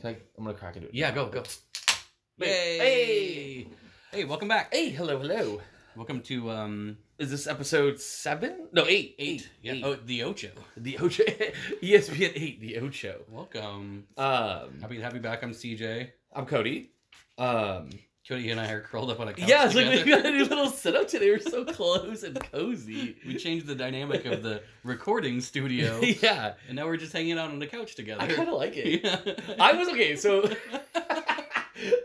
Can I, I'm gonna crack into it. Yeah, go, go. Hey. Hey. Hey, welcome back. Hey, hello, hello. Welcome to um Is this episode seven? No, eight. eight. Yeah. Eight. Oh, the Ocho. The E Ocho. ESPN eight. The Ocho. Welcome. Um, Happy to have you back. I'm CJ. I'm Cody. Um, Cody and I are curled up on a couch. yeah, it's like we together. got a new little setup today. We're so close and cozy. we changed the dynamic of the recording studio, yeah, and now we're just hanging out on the couch together. I kind of like it. Yeah. I was okay. So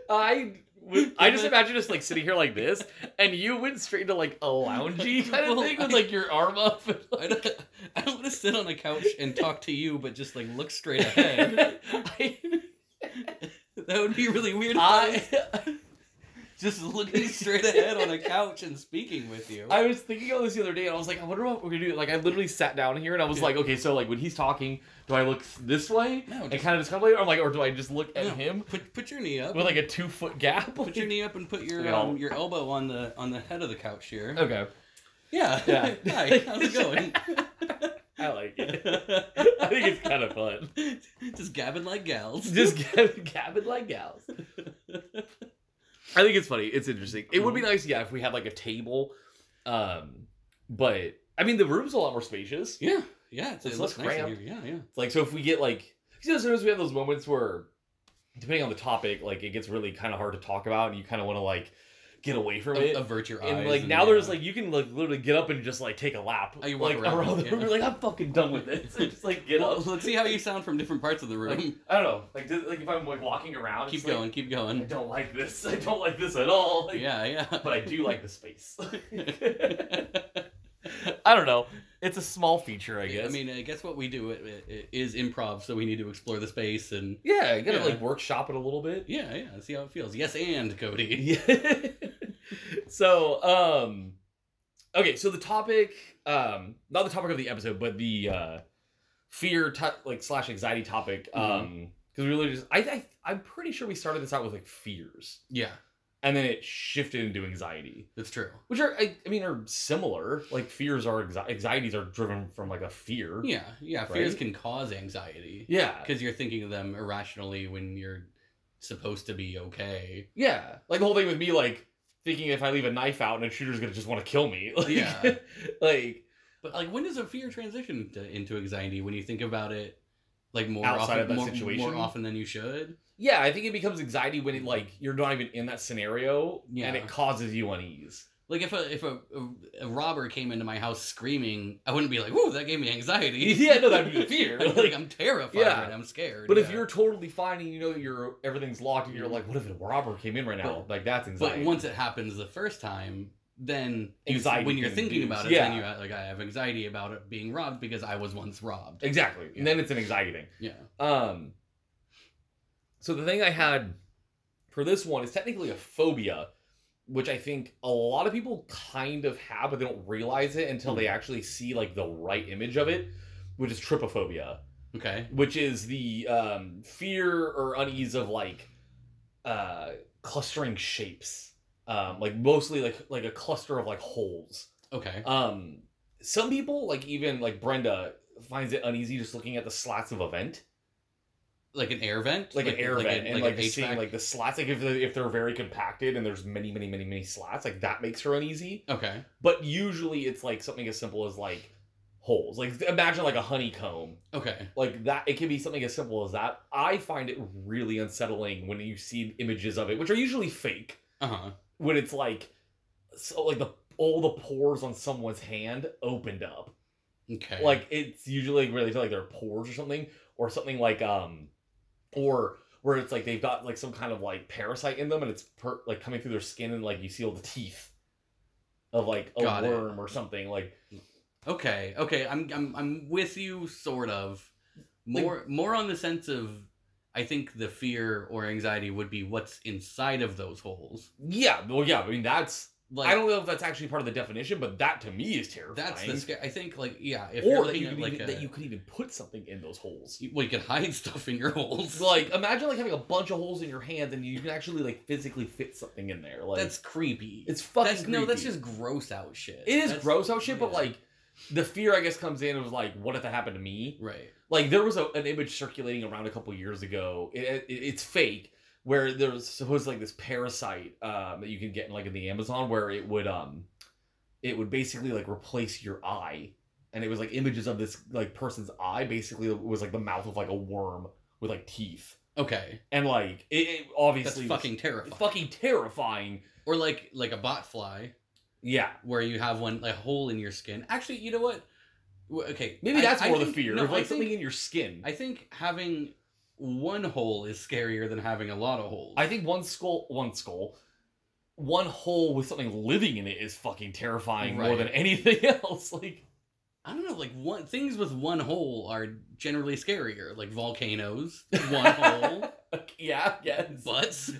I w- I just imagine us like sitting here like this, and you went straight into like a loungy kind of Well, thing with like your arm up. And, I don't, I don't want to sit on a couch and talk to you, but just like look straight ahead. I, that would be really weird. if I was I, just looking straight ahead on a couch and speaking with you. I was thinking all this the other day, and I was like, I wonder what we're gonna do. Like, I literally sat down here, and I was Yeah. like, okay, so like when he's talking, do I look s- this way No, and just- kind of just contemplate, or like, or do I just look at No. him put put your knee up. with like a two foot gap? Put your knee up and put your Yeah. um, your elbow on the on the head of the couch here. Okay, Yeah. Oh, Yeah. Hi. How's it going? I like it. I think it's kind of fun. Just gabbing like gals. Just gab- gabbing like gals. I think it's funny. It's interesting. It would be nice, yeah, if we had like a table. Um, but I mean, the room's a lot more spacious. yeah. Yeah. It's, It's it less looks nice in cramped. here. Yeah. Yeah. Like, so if we get like, you know, sometimes we have those moments where, depending on the topic, like it gets really kind of hard to talk about, and you kind of want to like get away from it. A- avert your eyes. and like now, there's like you can like literally get up and just like take a lap, Oh, you walk like around, around the yeah. room. You're like, I'm fucking done with this. And just like get Well, up. let's see how you sound from different parts of the room. Like, I don't know. Like, does, like if I'm like walking around, keep it's like, going. Keep I going. don't like this. I don't like this at all. Like, Yeah. Yeah. But I do like the space. I don't know. It's a small feature, I guess. I mean, I guess what we do i- i- is improv, so we need to explore the space and yeah, you gotta Yeah. like workshop it a little bit. yeah, yeah, see how it feels. Yes, and Cody. Yeah. so, um, okay, so the topic, um, not the topic of the episode, but the uh, fear t- like slash anxiety topic. Mm-hmm. Um, because we really just, I, I, I'm pretty sure we started this out with like fears, Yeah, and then it shifted into anxiety. that's true. which are I, I mean are similar like fears are anxi- anxieties are driven from like a fear Yeah, yeah, fears Right? can cause anxiety yeah because you're thinking of them irrationally when you're supposed to be okay. yeah like the whole thing with me like thinking if i leave a knife out and a shooter's gonna just want to kill me like, Yeah. like But like, when does a fear transition to, into anxiety when you think about it? Like more Outside often, of that more, situation? more often than you should. yeah i think it becomes anxiety when it like you're not even in that scenario Yeah. and it causes you unease Like if a if a, a, a robber came into my house screaming, I wouldn't be like, "Whoa, that gave me anxiety." yeah no that'd be the fear I'm like, I'm terrified Yeah. right now. I'm scared. but if yeah. you're totally fine and you know you're everything's locked and you're like what if a robber came in right now But- like that's but anxiety once it happens the first time, then you, Anxiety when you're can thinking induce- about it, yeah. then you like I have anxiety about it being robbed because I was once robbed. exactly Yeah. and then it's an anxiety thing Yeah. Um. So the thing I had for this one is technically a phobia, which I think a lot of people kind of have, but they don't realize it until they Hmm. actually see like the right image of it, which is trypophobia, Okay. which is the um, fear or unease of like uh, clustering shapes, um, like mostly like like a cluster of like holes. Okay. Um, some people like even like Brenda finds it uneasy just looking at the slats of a vent Like an air vent. like, an air vent a- and an like, seeing HVAC? like the slats like if they're, if they're very compacted and there's many many many many slats like that makes her uneasy Okay. but usually it's like something as simple as like holes like imagine like a honeycomb Okay. like that it can be something as simple as that i find it really unsettling when you see images of it which are usually fake Uh huh. when it's like so like the all the pores on someone's hand opened up Okay. like it's usually where they feel like they're pores or something or something like um or where it's like they've got like some kind of like parasite in them and it's per- like coming through their skin and like you see all the teeth of like a Got it. worm or something like Okay. Okay. I'm I'm I'm with you sort of. More more on the sense of I think the fear or anxiety would be what's inside of those holes. yeah well yeah i mean that's Like i don't know if that's actually part of the definition but that to me is terrifying that's the scare. I think like yeah, if you're or that looking you, at could like even, a, that you could even put something in those holes You- Well, you can hide stuff in your holes. like imagine like having a bunch of holes in your hands and you can actually like physically fit something in there like that's creepy. it's fucking that's, no, that's creepy. just gross out shit. It is That's- gross out shit, but yeah. like the fear I guess comes in of like, what if that happened to me? Right. Like there was a, an image circulating around a couple years ago. It, it, it's fake, where there was supposed like this parasite um, that you can get in, like in the Amazon, where it would um, it would basically like replace your eye, and it was like images of this like person's eye. Basically, it was like the mouth of like a worm with like teeth, Okay. and like it, it That's obviously was fucking terrifying. fucking terrifying. Or like like a bot fly Yeah, where you have one like, a hole in your skin. Actually, you know what? W- Okay. maybe I- that's I more the think- fear no, of I like think- something in your skin. I think having one hole is scarier than having a lot of holes. I think one skull, one skull, one hole with something living in it is fucking terrifying more Right. than anything else. Like, I don't know, like one things with one hole are generally scarier, like volcanoes, one hole, yeah, yes, butts,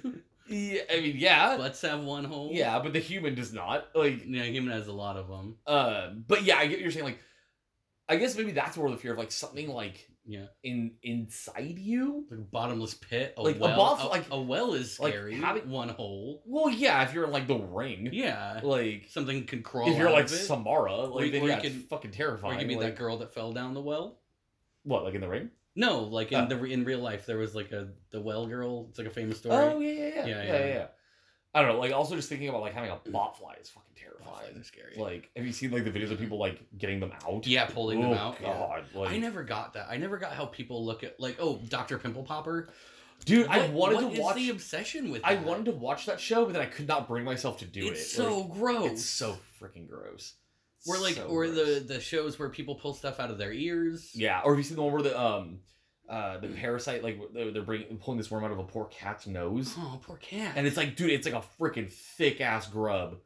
yeah, I mean, yeah, butts have one hole. yeah, but the human does not. Like, you know, human has a lot of them. um, but yeah, I get what you're saying. Like, I guess maybe that's more the fear of like something like Yeah, in inside you. like a bottomless pit, a Like, a well, boff- a, like- a well is like scary. having- one hole. Well, yeah, if you're in like the ring, Yeah, like something could crawl. if you're out like of it. Samara, like you- then or you yeah, it's can- fucking or terrifying. you mean like, that girl that fell down the well? what, like in the ring? No, like in Oh. the in real life, there was like a the well girl. It's like a famous story. Oh yeah yeah yeah. yeah, Yeah, yeah, yeah, yeah. yeah. I don't know. Like also just thinking about like having a botfly is fucking Botflies are terrifying. scary. Like, have you seen like the videos of people like getting them out? yeah, pulling Oh, them out. yeah. God, like, I never got that. I never got how people look at like, oh, Doctor Pimple Popper. dude. I What- wanted what to is watch. the obsession with. I that? wanted to watch that show, but then I could not bring myself to do it's it. so Like, gross. it's so freaking gross. Or like, So or gross. the the shows where people pull stuff out of their ears. yeah. Or have you seen the one where the um uh the parasite like they're, they're bringing pulling this worm out of a poor cat's nose, Oh, poor cat. and it's like, dude, it's like a freaking thick ass grub,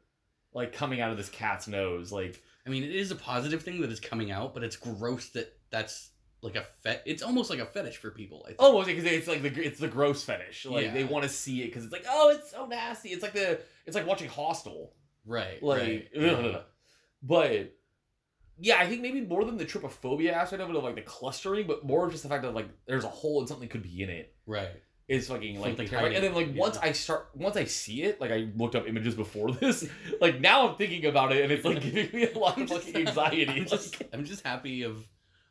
like coming out of this cat's nose, like. I mean, it is a positive thing that it's coming out, but it's gross that that's like a fet. It's almost like a fetish for people. I think. Almost Oh, because it's like the it's the gross fetish. Like Yeah. they want to see it because it's like oh it's so nasty. It's like the it's like watching Hostel. right. Like right. ugh. but yeah, I think maybe more than the trypophobia aspect of it of like the clustering, but more just the fact that like there's a hole and something could be in it Right. is fucking like Something terrifying. And then like hiding, once yeah. I start once I see it, like I looked up images before this. Like now I'm thinking about it and it's like giving me a lot of fucking anxiety. I'm just, Like, I'm just happy of.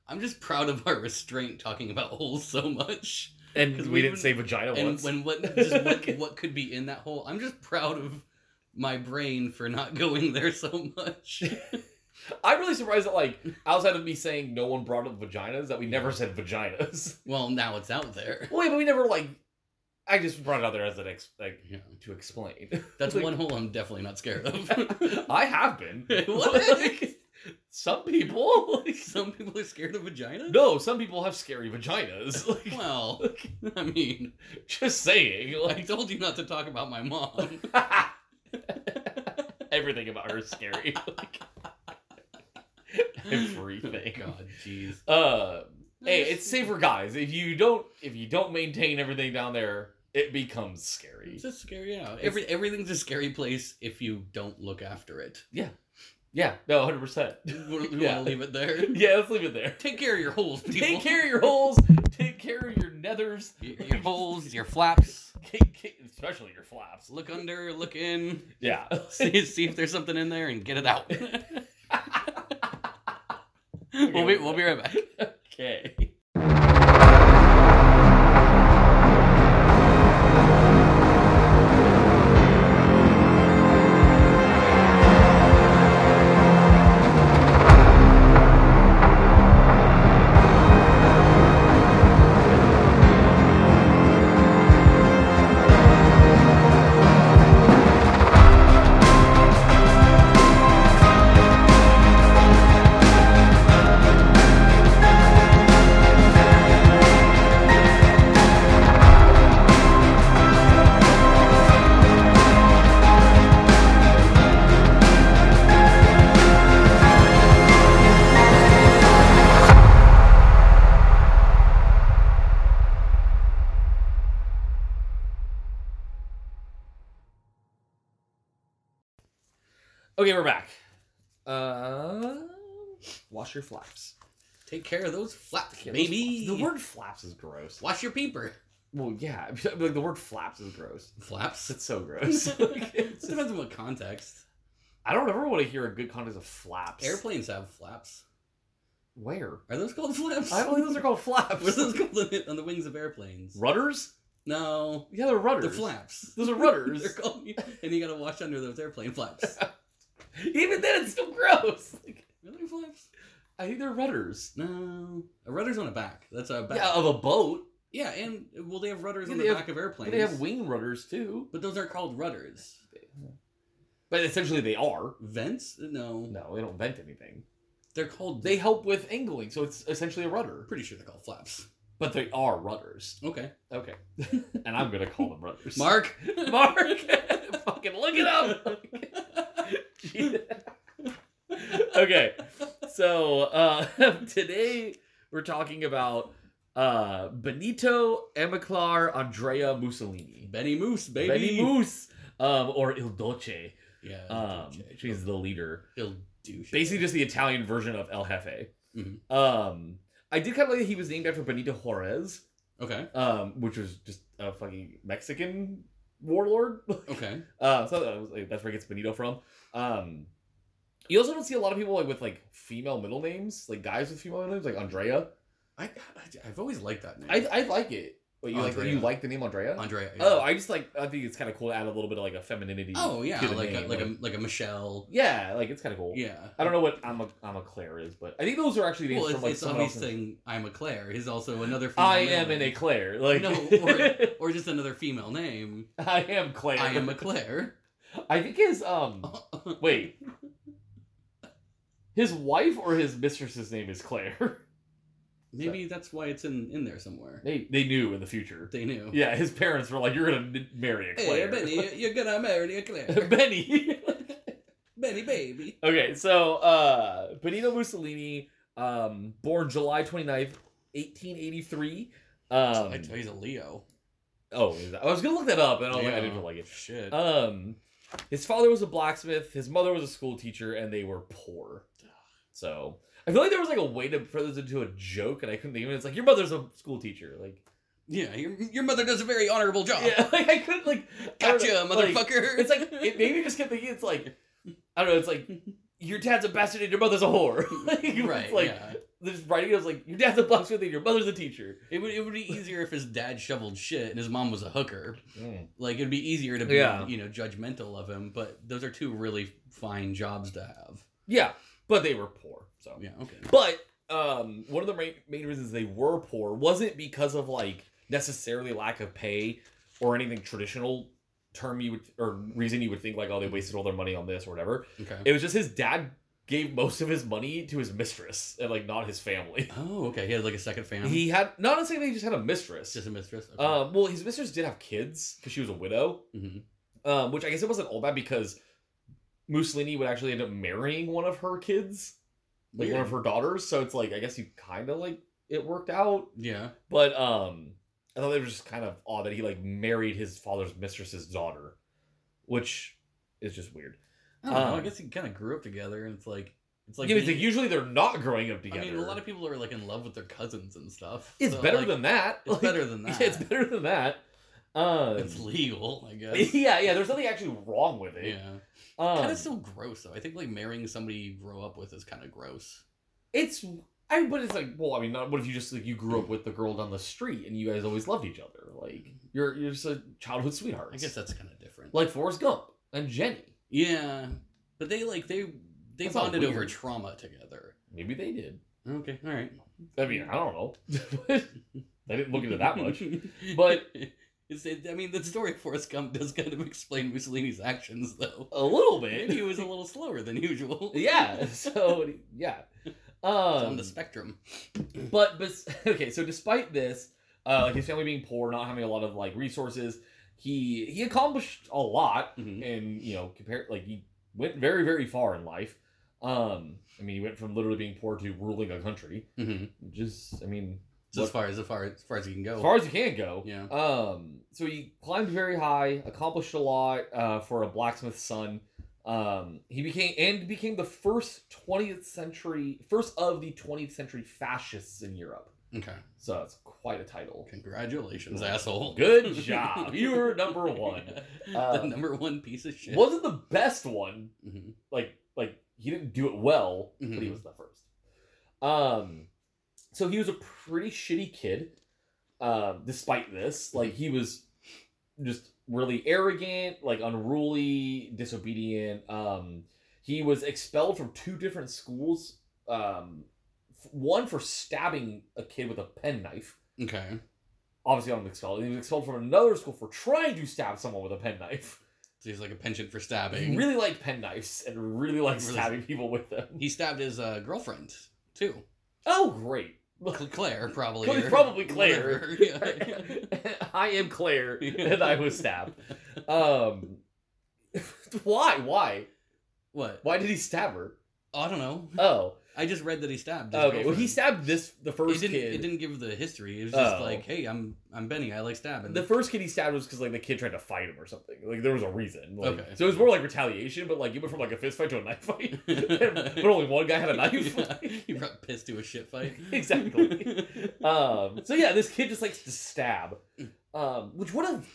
I'm just proud of our restraint talking about holes so much, and 'Cause we, we didn't even- say vagina and once. when what just what, what could be in that hole. I'm just proud of my brain for not going there so much. I'm really surprised that like outside of me saying no one brought up vaginas, that we never said vaginas. well, now it's out there. Wait, but we never like. I just brought it out there as an ex like Yeah. to explain. That's Like- one hole I'm definitely not scared of. I have been. What? Like, some people. Like, Some people are scared of vaginas. no, some people have scary vaginas. Like, Well, I mean, just saying. I Like told you not to talk about my mom. everything about her is scary. Like, everything. God, jeez. Uh, hey, it's safer, guys. If you don't, if you don't maintain everything down there, it becomes scary. It's just scary. Yeah, every everything's a scary place if you don't look after it. Yeah, no, hundred percent. You want Yeah. to leave it there. Yeah, let's leave it there. Take care of your holes, people. Take care of your holes. Take care of your nethers. your, your holes, your flaps. Take, ca- especially your flaps. Look under, look in. Yeah. See, see if there's something in there and get it out. we'll be we'll be right back. Okay. Okay, we're back. Uh, wash your flaps. Take care of those flaps, Okay, baby. The word flaps is gross. Wash your peeper. Well, yeah. Like the word flaps is gross. Flaps. It's so gross. Like, it it's just- depends on what context. I I don't ever want to hear a good context of flaps. Airplanes have flaps. Where? Are those called flaps? I don't think those are called flaps. What are those called on the, on the wings of airplanes? rudders? No, Yeah, they're rudders. they're flaps. Those are rudders. They're called, and you gotta watch under those airplane flaps. Even then, it's still gross. Like, Are they flaps? I think they're rudders. No, a rudder's on a back. That's a back. Yeah, of a boat. Yeah, and well, they have rudders Yeah, on they the have- back of airplanes. They have wing rudders too. but those aren't called rudders. But essentially, they are. Vents? No. No, they don't vent anything. They're called. They help with angling, so it's essentially a I'm rudder. pretty sure they're called flaps. But they are rudders. Okay. Okay. and I'm gonna call them rudders. Mark. Mark, fucking look it up. okay, so uh, today we're talking about uh, Benito Amilcar Andrea Mussolini, Benny Moose, baby. Benny Moose, um, or Il Dolce. Yeah. Um, she's the leader, He'll douche. basically just the Italian version of El Jefe. Mhm. Um, I did kind of like that he was named after Benito Juarez, Okay. um, which was just a fucking Mexican warlord. Okay. Uh, so that was, like, that's where it gets Benito from. Um, you also don't see a lot of people like with like female middle names, like guys with female middle names, like Andrea. I, I I've always liked that name. I I like it. Wait, you like Andrea. you like the name Andrea? Andrea. yeah. Oh, I just like I think it's kind of cool to add a little bit of like a femininity. Oh yeah, to the like a, name, like a like a Michelle. yeah, like it's kind of cool. Yeah. I don't know what I'm a I'm a Claire is, but I think those are actually names Well, from it's, like it's someone obvious else's. thing. I'm a Claire. Is also another. female I am an name. Eclair. Like No, or, or just another female name. I am Claire. I am a Claire. I think his um wait, his wife or his mistress's name is Claire. Maybe that's why it's in in there somewhere. They they knew in the future. They knew. Yeah, his parents were like, "You're gonna n- marry a Hey, Claire." Benny, you're gonna marry Benny. a Claire. Benny, baby. okay, so uh, Benito Mussolini, um, born July 29th, 1883. Um, I tell you, he's a Leo. oh, is that- I was gonna look that up, and I, was like, I Yeah. didn't feel like it. Shit. Um, his father was a blacksmith, his mother was a school teacher, and they were poor. So I feel like there was like a way to throw this into a joke, and I couldn't think of it. It's like your mother's a school teacher, like yeah, your, your mother does a very honorable job. yeah, like I couldn't like I don't Gotcha, know, like, motherfucker. It's like it made me just kept thinking it's like I don't know, it's like your dad's a bastard and your mother's a whore. like, it's right. like yeah. this writing it was like your dad's a blacksmith and your mother's a teacher. It would it would be easier if his dad shoveled shit and his mom was a hooker. Like it'd be easier to be Yeah. you know judgmental of him. But those are two really fine jobs to have. Yeah, but they were poor. So Yeah. Okay. but um one of the main, main reasons they were poor wasn't because of like necessarily lack of pay or anything traditional term you would or reason you would think like oh they wasted all their money on this or whatever. Okay. It was just his dad gave most of his money to his mistress and like not his family. oh, okay. He had like a second family. He had not necessarily he just had a mistress. just a mistress. Okay. Um, well, his mistress did have kids because she was a widow, Mhm. um, which I guess it wasn't all bad because Mussolini would actually end up marrying one of her kids, like Weird. one of her daughters. So it's like I guess you kind of like it worked out, Yeah. but um, I thought it was just kind of odd that he like married his father's mistress's daughter, which is just weird. I don't know. I Um, guess he kind of grew up together, and it's like it's like Like, yeah, but it's being- like usually they're not growing up I together. mean, a lot of people are like in love with their cousins and stuff. it's so, better like, than that. it's Like, better than that. Yeah, it's better than that. Um, It's legal, I guess. yeah, yeah. There's nothing actually wrong with it. yeah, Um, kind of still gross though. I think like marrying somebody you grow up with is kind of gross. It's I but it's like well I mean not, what if you just like you grew up with the girl down the street and you guys always loved each other like you're you're just a childhood sweetheart I guess that's kind of different. like Forrest Gump and Jenny yeah, but they like they they That's all bonded over weird. trauma together. maybe they did Okay, all right. I mean I don't know I didn't look into that much but it's, it, I mean, the story of Forrest Gump does kind of explain Mussolini's actions though. a little Maybe bit he was a little slower than usual. yeah so yeah It's on um the spectrum. but but okay so despite this uh like his family being poor not having a lot of like resources he he accomplished a lot Mhm. and you know compare like he went very very far in life um i mean he went from literally being poor to ruling a country Mhm. which is i mean So Mm-hmm. as What- far as, as far as far as you can go. as far as you can go Oh. yeah. um so he climbed very high accomplished a lot uh for a blacksmith's son um he became and became the first 20th century first of the 20th century fascists in europe Okay. so that's quite a title Congratulations, asshole. good job you were number one the Uh, number one piece of shit. wasn't the best one Mhm. like like he didn't do it well, but he Mhm. was the first. Um, so he was a pretty shitty kid. Uh, despite this, like he was just really arrogant, like unruly, disobedient. Um, he was expelled from two different schools. Um, f- one for stabbing a kid with a penknife. Okay. Obviously, I'm expelled. He was expelled from another school for trying to stab someone with a penknife. So he's like a penchant for He stabbing. really liked penknives and really liked Really- stabbing people with them. He stabbed his uh, girlfriend too. Oh, great. Cl- Claire probably. Cl- or probably Claire. whatever, yeah. I am Claire, and I was stabbed. Um, why? Why? What? Why did he stab her? Oh, I don't know. Oh, I just read that he stabbed. His okay. Well, he girlfriend. stabbed this the It first didn't. kid. It didn't give the history. It was just Oh. like, hey, I'm I'm Benny. I like stabbing. The first kid he stabbed was because like the kid tried to fight him or something. Like there was a reason. Like, Okay. So it was more like retaliation, but like you went from like a fist fight to a knife fight, but only one guy had a knife. Yeah, he brought piss to a shit fight. Exactly. um so yeah this kid just likes to stab um which would have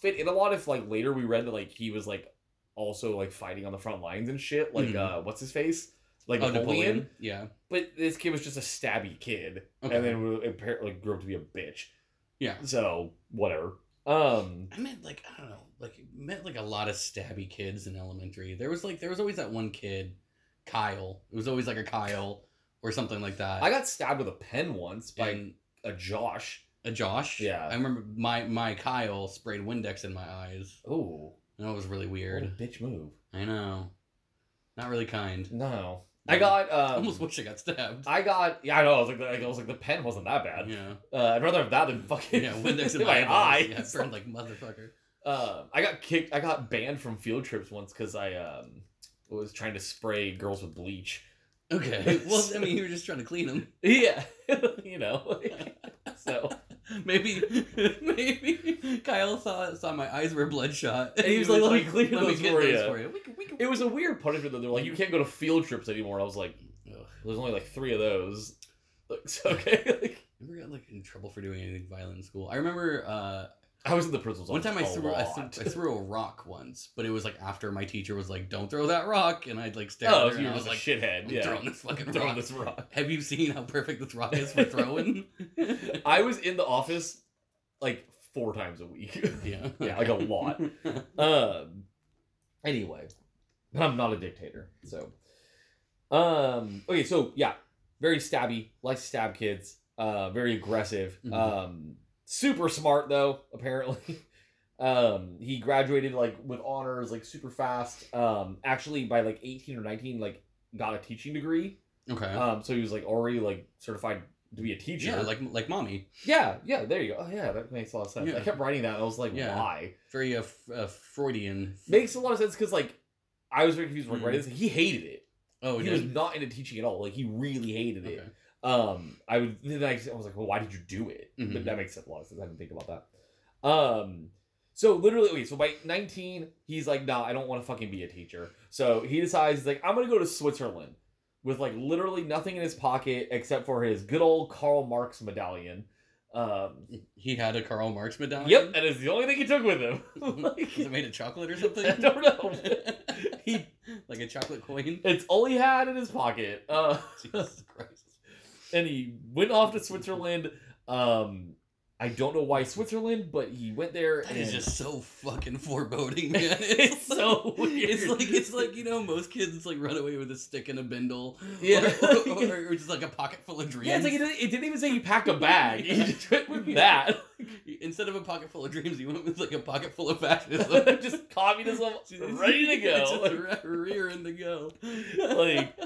fit in a lot if like later we read that like he was like also like fighting on the front lines and shit like Mhm. uh what's his face like oh, napoleon. Napoleon. Yeah. but this kid was just a stabby kid Okay. and then wa- apparently grew up to be a bitch Yeah. so whatever um I met like I don't know, like met like a lot of stabby kids in elementary. There was like there was always that one kid, Kyle. It was always like a Kyle or something like that. i got stabbed with a pen once by and a josh a Josh. Yeah. I remember my my Kyle sprayed Windex in my eyes. oh And that was really what a weird. bitch move I know. Not really kind. no i got um, I almost wish I got stabbed. i got yeah i know i was like, like i was like the pen wasn't that bad yeah. Uh, I'd rather have that than fucking Yeah, Windex in my my eyes. eye. Yeah, burned like motherfucker. Uh, I got kicked. I got banned from field trips once because I um, was trying to spray girls with bleach. Okay. Well, I mean, you were just trying to clean them. Yeah, you know. so Maybe, maybe Kyle saw saw my eyes were bloodshot, And he was like, "Let me clean those get for those ya." for you." We can- we can- it was a weird punishment that they were like, "You can't go to field trips anymore." I was like, Ugh. "There's only like three of those." Like, it's okay. Like, Never got like in trouble for doing anything violent in school. I remember uh, I was in the principal's one office time I a threw, I, lot. Oh, threw I threw a rock once, but it was like after my teacher was like, "Don't throw that rock," and I'd like stare. oh, at her, you and were I was just a like, shithead. "I'm yeah, throwing this fucking Throwing rock." this rock. Have you seen how perfect this rock is for throwing? I was in the office like four times a week. yeah, yeah, like a lot. Um. Anyway, but I'm not a dictator, so. Um. Okay. So yeah, very stabby. Likes to stab kids. Uh. Very aggressive. Mhm. Um. Super smart though. Apparently. Um. He graduated like with honors, like super fast. Um. Actually, by like 18 or 19, like got a teaching degree. Okay. Um. So he was like already like certified to be a teacher. yeah, like like mommy, yeah. Yeah. There you go. Oh yeah, that makes a lot of sense. I Yeah. kept writing that. And I was like, Yeah. why? very uh, f- uh, Freudian. makes a lot of sense because like I was very confused when I read Mhm. this. He hated it. Oh, he did- was not into teaching at all. Like he really hated okay. it. Um, I would then I, I was like, well, why did you do it? Mhm. But that makes a lot of sense. I didn't think about that. Um, so literally, wait. So by nineteen, he's like, nah, I don't want to fucking be a teacher. So he decides like I'm gonna go to Switzerland with like literally nothing in his pocket except for his good old Karl Marx medallion. Um, He had a Karl Marx medallion. yep, that is the only thing he took with him. Like, Is it made of chocolate or something? I don't know. he like a chocolate coin. It's all he had in his pocket. Uh, Jesus Christ. and he went off to Switzerland. Um, I don't know why Switzerland, but he went there. That and is just so fucking foreboding, man. It's so like- It's weird. like it's like you know most kids like run away with a stick and a bindle, Yeah. or, or, or just like a pocket full of dreams. yeah, it's like it didn't, it didn't even say he packed a bag. He Yeah. just went with Yeah. instead of a pocket full of dreams, you went with like a pocket full of fascism. that. just communism, ready to go. Just re- rear in the go. like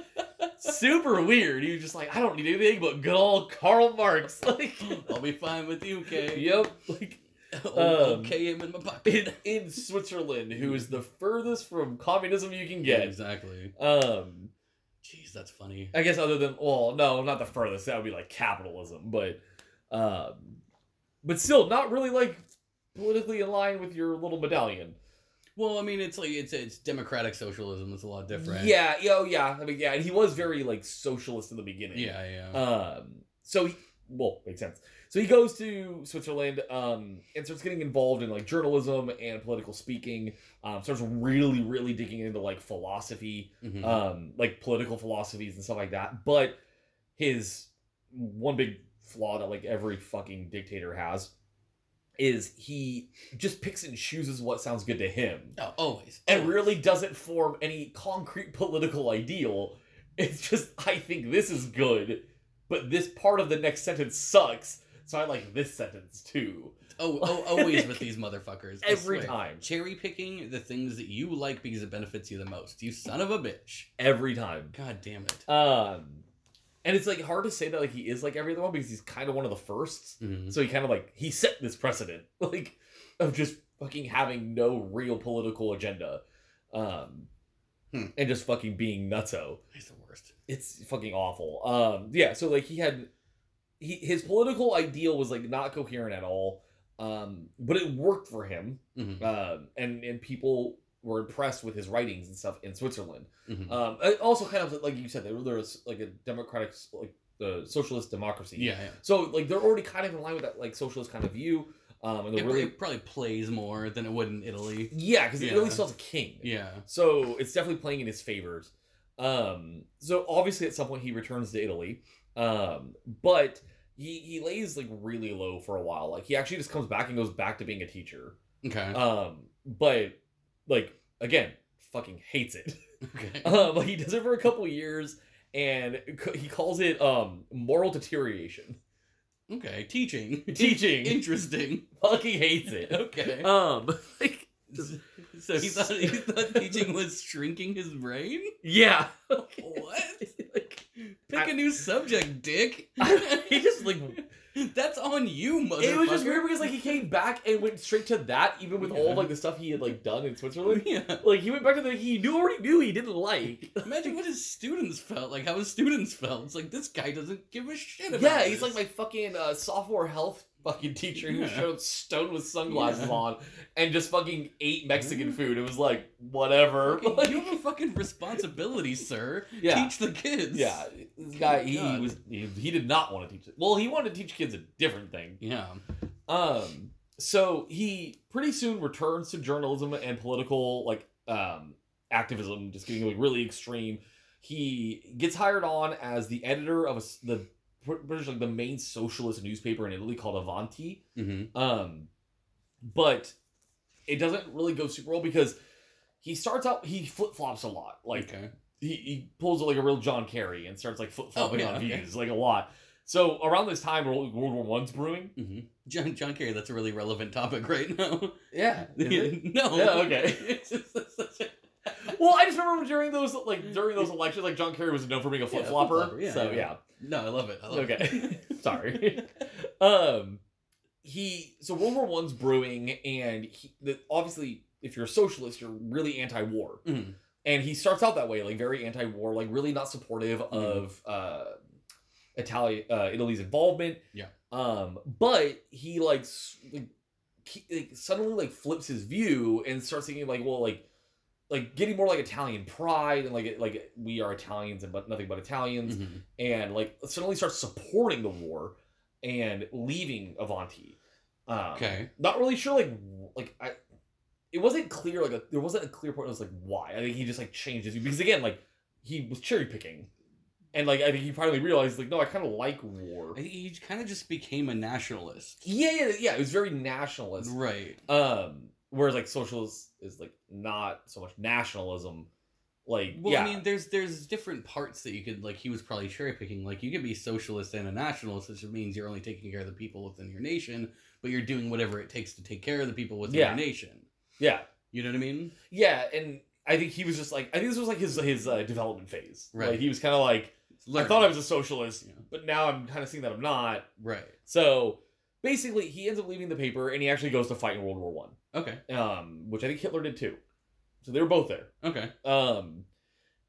super weird. He was just like, I don't need anything but good old Karl Marx. Like, I'll be fine with you, Kay. yep. Like Oh, Um, okay, I'm in my in, pocket. in Switzerland, who is the furthest from communism you can get. exactly. Um. Jeez, that's funny. I guess other than well, no, not the furthest. That would be like capitalism, but um but still not really like politically in line with your little medallion. Well, I mean, it's like it's it's democratic socialism. It's a lot different. Yeah, yeah, oh, yeah. I mean, yeah, and he was very like socialist in the beginning. yeah, yeah. Um so he well, makes sense. So he goes to Switzerland um, and starts getting involved in like journalism and political speaking. Um, starts really, really digging into like philosophy, Mhm. um, like political philosophies and stuff like that. But his one big flaw that like every fucking dictator has is he just picks and chooses what sounds good to him oh, always. and always. really doesn't form any concrete political ideal. It's just, I think this is good, but this part of the next sentence sucks, so I like this sentence too. Oh, oh, always with these motherfuckers. I Every swear. time. Cherry picking the things that you like because it benefits you the most. You son of a bitch. Every time. God damn it. Um, and it's like hard to say that like he is like every other one because he's kind of one of the firsts. Mhm. So he kind of like he set this precedent, like of just fucking having no real political agenda, um, Hmm. and just fucking being nutso. He's the worst. it's fucking awful. Um, yeah, so like he had he his political ideal was like not coherent at all. Um, but it worked for him. Mhm. Um, and and people were impressed with his writings and stuff in Switzerland. Mhm. Um, it also kind of like you said, there, there was like a democratic like the socialist democracy. yeah, yeah. So like they're already kind of in line with that like socialist kind of view. Um, and It, they're really it probably plays more than it would in Italy. yeah, because Yeah. Italy still has a king. Yeah. So it's definitely playing in his favors. Um, so obviously at some point he returns to Italy. Um, but he, he lays like really low for a while. Like he actually just comes back and goes back to being a teacher. Okay. Um, but like again, fucking hates it. okay. Um, like he does it for a couple years and c- he calls it um moral deterioration. okay. Teaching. Teaching Interesting. fucking hates it. Okay. Um, like just- so he thought, he thought teaching was shrinking his brain? yeah. What? like, Pick a new subject, dick. he just like That's on you, motherfucker. It was just weird because like he came back and went straight to that, even with all Yeah. like the stuff he had like done in Switzerland. Yeah. Like he went back to the he knew already knew he didn't like. Imagine what his students felt like. How his students felt. It's like this guy doesn't give a shit about. yeah, he's this. like my fucking uh, sophomore health fucking teacher who Yeah. showed stone with sunglasses Yeah. Mm-hmm. on and just fucking ate Mexican food. It was like whatever. Fucking- you have a fucking responsibility, sir. Yeah. Teach the kids. yeah, this guy he God. was he, he did not want to teach. Well, he wanted to teach kids a different thing. Yeah. Um, so he pretty soon returns to journalism and political like um activism, just getting like really extreme. He gets hired on as the editor of a s the British like the main socialist newspaper in Italy called Avanti. Mm-hmm. Um, but it doesn't really go super well because he starts out he flip flops a lot. Like okay. he, he pulls like a real John Kerry and starts like flip flopping Oh, yeah, on okay. views like a lot. So around this time, World World War One's brewing. hmm John John Kerry. That's a really relevant topic right now. Yeah, no. Yeah, okay. It's just such a- Well, I just remember during those like during those elections, like John Kerry was known for being a flip flopper. flip-flopper, yeah, so yeah. yeah. no, I love it. I love Okay. It. Sorry. um, he so World War One's brewing, and he the, obviously, if you're a socialist, you're really anti-war, Mhm. and he starts out that way, like very anti-war, like really not supportive Mhm. of uh, Italy, uh, Italy's involvement. Yeah. Um, but he like, s- like, he, like suddenly like flips his view and starts thinking like, well, like. Like getting more like Italian pride and like like we are Italians and but nothing but Italians Mhm. and like suddenly starts supporting the war and leaving Avanti. Um, Okay. Not really sure, like wh- like I, it wasn't clear. Like a, there wasn't a clear point. It was like why? I think he just like changed his view because again, like he was cherry picking, and like I think he finally realized like no, I kind of like war. I think He kind of just became a nationalist. Yeah, yeah, yeah. It was very nationalist. Right. Um, whereas like socialist is like not so much nationalism. Like Well, yeah, I mean, there's there's different parts that you could like. He was probably cherry picking. Like you could be socialist and a nationalist, which means you're only taking care of the people within your nation, but you're doing whatever it takes to take care of the people within Yeah. your nation. yeah, You know what I mean? yeah. And I think he was just like I think this was like his his uh, development phase. Right. Like, he was kind of like I Learn. thought I was a socialist, Yeah. but now I'm kind of seeing that I'm not. right. So basically, he ends up leaving the paper, and he actually goes to fight in World War One, Okay. um, which I think Hitler did too. So they were both there. Okay. Um,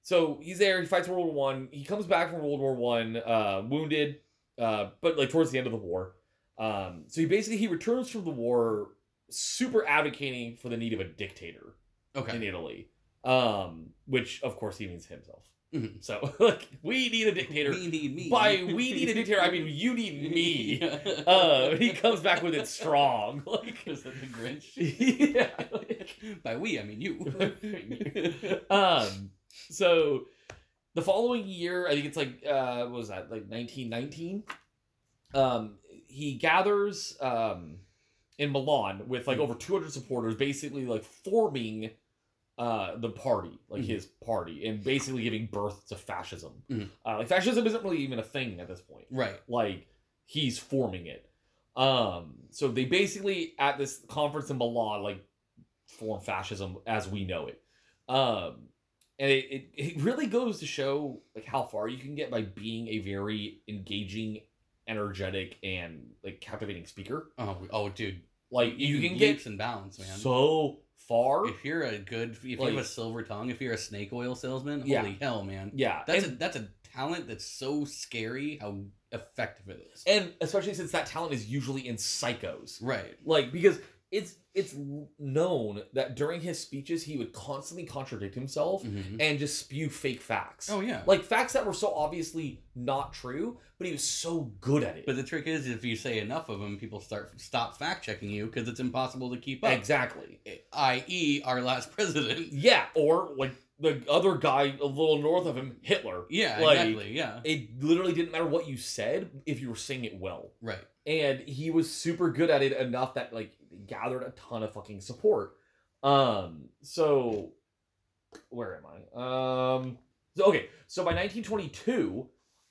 so he's there. He fights World War One. He comes back from World War One, uh, wounded, uh, but like towards the end of the war. Um, so he basically he returns from the war, super advocating for the need of a dictator Okay. in Italy, um, which of course he means himself. Mhm. So like we need a dictator. We need me. By we need a dictator, I mean you need me. Yeah. Uh, he comes back with it strong. Like Is that the Grinch? yeah. By we, I mean you. um. So the following year, I think it's like uh, what was that like nineteen nineteen? Um, he gathers um in Milan with like over two hundred supporters, basically like forming uh the party, like Mhm. his party, and basically giving birth to fascism. Mhm. Uh, like fascism isn't really even a thing at this point right. like he's forming it um so they basically at this conference in milan like form fascism as we know it um and it, it, it really goes to show like how far you can get by being a very engaging energetic and like captivating speaker Oh, we- oh, dude. like you can leaps get and bounds, Mm-hmm. man. so far if you're a good, if Like- you have a silver tongue, if you're a snake oil salesman, Yeah. holy hell, man. yeah That's and, a that's a talent that's so scary how effective it is. and especially since that talent is usually in psychos right. like because it's it's known that during his speeches he would constantly contradict himself Mhm. and just spew fake facts Oh yeah. like facts that were so obviously not true but he was so good at it but the trick is, if you say enough of them, people start stop fact checking you because it's impossible to keep up. exactly I.e., our last president. yeah or like the other guy a little north of him hitler Yeah, Like- exactly. Yeah, it literally didn't matter what you said if you were saying it well right. and he was super good at it enough that like gathered a ton of fucking support. Um, so where am I? Um, so, okay, so by 1922,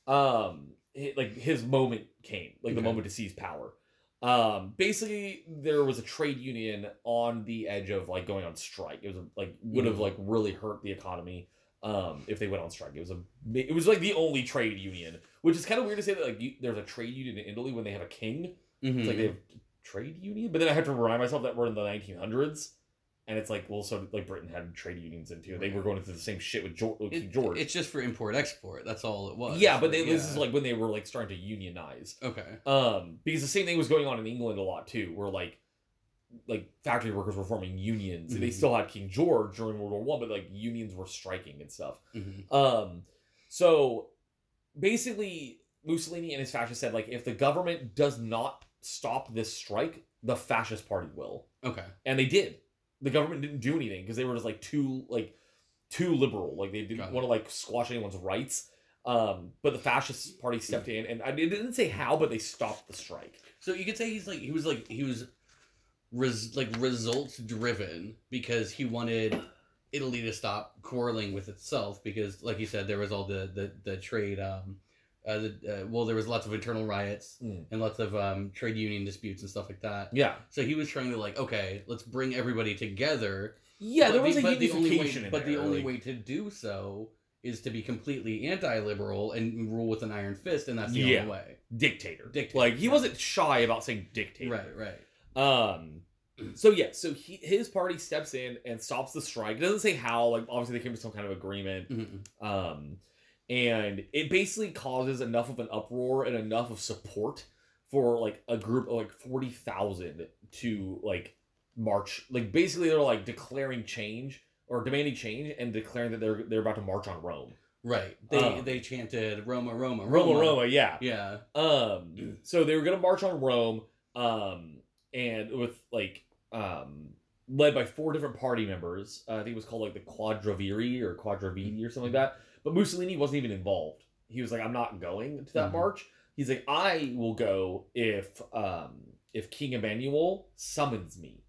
um, hi- like his moment came, like the Okay. moment to seize power. Um, basically, there was a trade union on the edge of like going on strike. It was like would have Mhm. like really hurt the economy. Um, if they went on strike, it was a it was like the only trade union, which is kind of weird to say that like you, there's a trade union in Italy when they have a king. It's Mm-hmm. like they have trade union, but then I have to remind myself that we're in the 1900s, and it's like well, so like Britain had trade unions in too. They were going through the same shit with George. King It- George. It's just for import export. That's all it was. yeah, but they, Like, this is yeah. like when they were like starting to unionize, okay. um, because the same thing was going on in England a lot too, where like like factory workers were forming unions. They Mhm. still had King George during World War One, but like unions were striking and stuff. Mhm. Um, so basically, Mussolini and his fascists said, like, if the government does not stop this strike, the fascist party will, Okay. and they did. The government didn't do anything because they were just like too like too liberal, like they Got didn't it. want to like squash anyone's rights. Um, but the fascist party stepped Mm. in, and I mean, it didn't say how, but they stopped the strike. So you could say he's like he was like he was res, like results driven because he wanted Italy to stop quarreling with itself because like you said there was all the the, the trade um uh, the, uh, well there was lots of internal riots Mm. and lots of um, trade union disputes and stuff like that. Yeah, So he was trying to like okay let's bring everybody together. yeah, But there the- was a but the only way- unification. in But the there, only like- way to do so is to be completely anti-liberal and rule with an iron fist, and that's the Yeah. only way. dictator, Dictator, Like he yeah. wasn't shy about saying dictator. Right, right. Um. So yeah, so he his party steps in and stops the strike. It doesn't say how. Like obviously they came to some kind of agreement. Mhm. Um, and it basically causes enough of an uproar and enough of support for like a group of like forty thousand to like march. Like basically they're like declaring change or demanding change and declaring that they're they're about to march on Rome. Right. They Um, they chanted Roma Roma Roma, Roma, yeah. Yeah. Um, so they were gonna march on Rome, um, and with like um, led by four different party members. Uh, I think it was called like the Quadraviri or Quadravini or something like that. But Mussolini wasn't even involved. He was like, "I'm not going to that Mhm. march." He's like, "I will go if um, if King Emmanuel summons me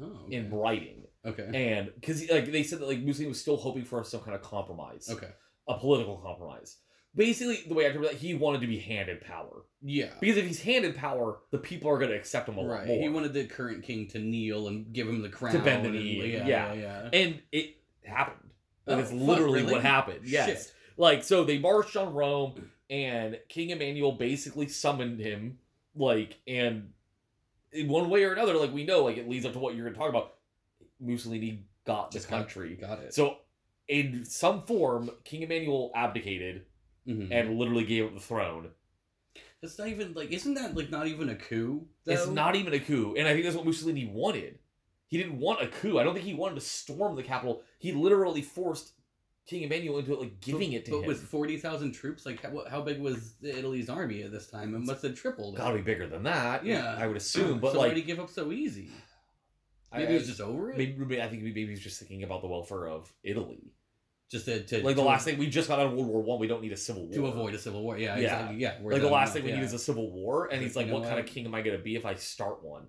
Oh. in writing." okay. And because like they said that like Mussolini was still hoping for some kind of compromise, Okay. a political compromise. Basically, the way I interpret that, he wanted to be handed power. Yeah. Because if he's handed power, the people are going to accept him a lot Right. more. He wanted the current king to kneel and give him the crown. bend the and- knee, yeah. Yeah. Yeah. yeah. and it happened. Like, Oh, it's fuck, literally really? what happened. Yes. Shit. Like, so they marched on Rome, and King Emmanuel basically summoned him, like, and in one way or another, like, we know, like, it leads up to what you're going to talk about. Mussolini got the Just got- country. Got it. So, in some form, King Emmanuel abdicated Mhm. and literally gave up the throne. it's not even like isn't that like not even a coup? Though? It's not even a coup, and I think that's what Mussolini wanted. He didn't want a coup. I don't think he wanted to storm the capital. He literally forced King Emmanuel into it, like giving but, it to but him. with forty thousand troops, like how, how big was Italy's army at this time? It must have tripled. gotta be bigger than that. Yeah. I would assume. But so why like, did he give up so easy? I- Maybe it was I- just over it. maybe, maybe- I think maybe he's just thinking about the welfare of Italy. just to, to Like the to- last thing we just got out of World War One, we don't need a civil war to avoid a civil war. Yeah, Yeah. exactly. Yeah, we're Like the done last now. thing we yeah. need is a civil war, and Like, he's like, you know "What kind what? of king am I gonna be if I start one?"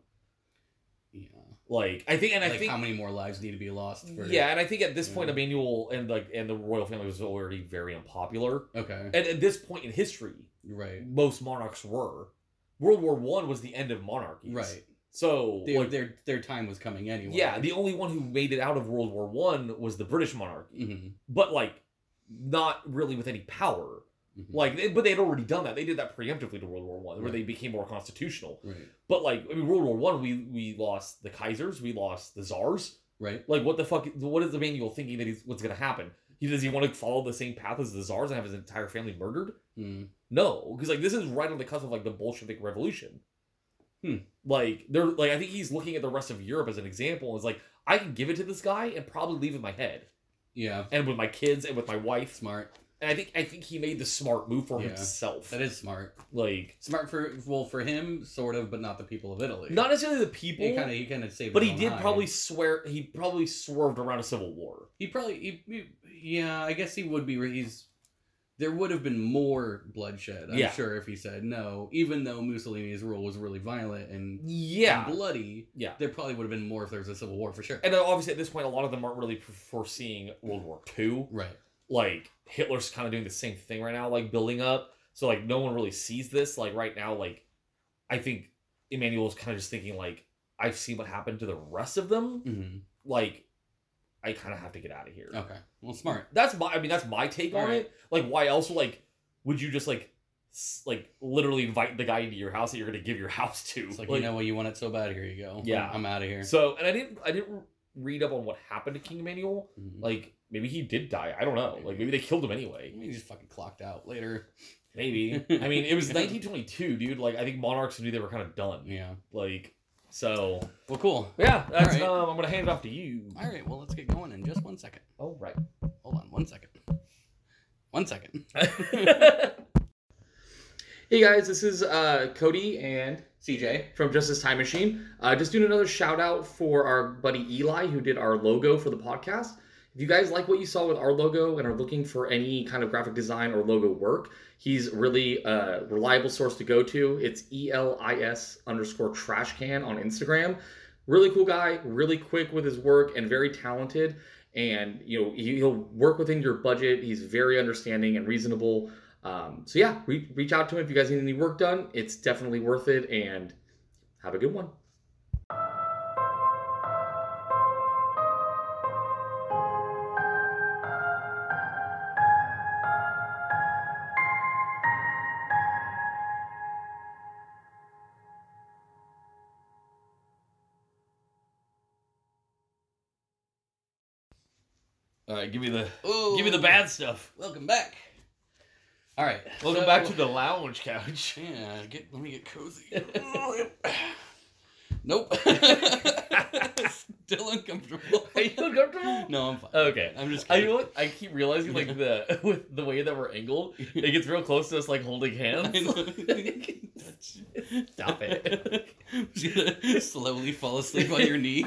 Yeah. Like, I think, and I like think how many more lives need to be lost? For, yeah, and I think at this point, Yeah. Emmanuel and like and the royal family was already very unpopular. Okay. And at this point in history, Right. most monarchs were. World War One was the end of monarchies. Right. So They, like, their their time was coming anyway. yeah, the only one who made it out of World War One was the British monarchy, Mhm, but like not really with any power. mhm. Like, they, but they had already done that. They did that preemptively to World War One, where Right. they became more constitutional. Right. But like, I mean, World War One, we we lost the Kaisers, we lost the Czars. Right. Like, what the fuck? What is Emmanuel thinking that he's what's gonna happen? He does he want to follow the same path as the czars and have his entire family murdered? Mm. No, because like this is right on the cusp of like the Bolshevik Revolution. Hmm. Like they're like I think he's looking at the rest of Europe as an example. And is like I can give it to this guy and probably leave it in my head Yeah. and with my kids and with my wife. Smart. And I think I think he made the smart move for Yeah. himself. That is smart. like Smart for well for him, sort of, but not the people of Italy. not necessarily the people, he kind of he kind of saved. but his he own did hide. probably swear he probably swerved around a civil war. He probably he, he- yeah. I guess he would be. He's there would have been more bloodshed. I'm Yeah. sure if he said no, even though Mussolini's rule was really violent and, and Yeah, bloody. yeah. There probably would have been more if there was a civil war for sure. And then obviously at this point, a lot of them aren't really foreseeing World War Two. right. like Hitler's kind of doing the same thing right now, like building up. So like no one really sees this. Like right now, like I think Emmanuel's kind of just thinking like I've seen what happened to the rest of them. hmm Like I kind of have to get out of here. Okay. Well, Oh, smart. That's my. I mean, that's my take on Alright. it. Like why else? Like would you just like s- like literally invite the guy into your house that you're gonna give your house to? It's like, you know what you want it so bad. Here you go. Yeah. I'm out of here. So and I didn't I didn't read up on what happened to King Emmanuel. Mhm. Like maybe he did die. I don't know. Like maybe they killed him anyway. he just fucking clocked out later. Maybe. I mean, it was 1922, dude. Like, I think monarchs knew they were kind of done. Yeah. Like, so Well, cool. yeah. That's Alright. um. I'm gonna hand it off to you. All right. Well, let's get going in just one second. All right. Hold on, one second. One second. hey guys, this is uh, Cody and CJ. from Justice Time Machine. Uh, just doing another shout out for our buddy Eli who did our logo for the podcast. If you guys like what you saw with our logo and are looking for any kind of graphic design or logo work, he's really a reliable source to go to. It's E ELIS underscore trash can on Instagram. Really cool guy, really quick with his work and very talented. And you know he- he'll work within your budget. He's very understanding and reasonable. Um, so yeah, re- reach out to him if you guys need any work done. It's definitely worth it. And have a good one. All right, give me the Oh, give me the bad stuff. Welcome back. All right. Welcome so- back to the lounge couch. Yeah. Get let me get cozy. nope. Still uncomfortable. Are you uncomfortable? No, I'm fine. Okay. I'm just. I Kidding. know what I keep realizing like the with the way that we're angled, it gets real close to us like holding hands. Stop it. Slowly fall asleep on your knee.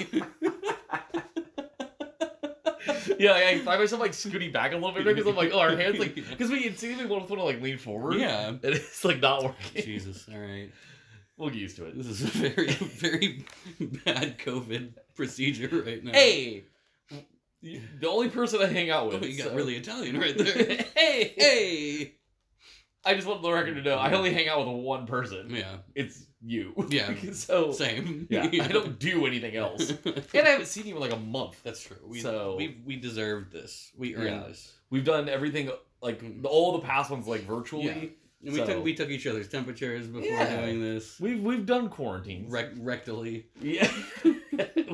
yeah, I, I find myself like scooting back a little bit because I'm like, oh, our hands like because we instinctively both want to like lean forward. yeah. And it's like not working. Jesus. All right. We'll get used to it. This is a very, very bad COVID procedure right now. Hey, the only person I hang out Oh, with. you got so- really Italian right there. hey, hey. I just want the record to know I only hang out with one person. Yeah. It's you. Yeah. so Same. yeah, I don't do anything else, and I haven't seen you in like a month. That's true. We, So- we we deserved this. We earned Yeah. this. We've done everything like all the past ones like virtually. Yeah. And we So- took we took each other's temperatures before Yeah. doing this. We've we've done quarantines. Rec- rectally Yeah,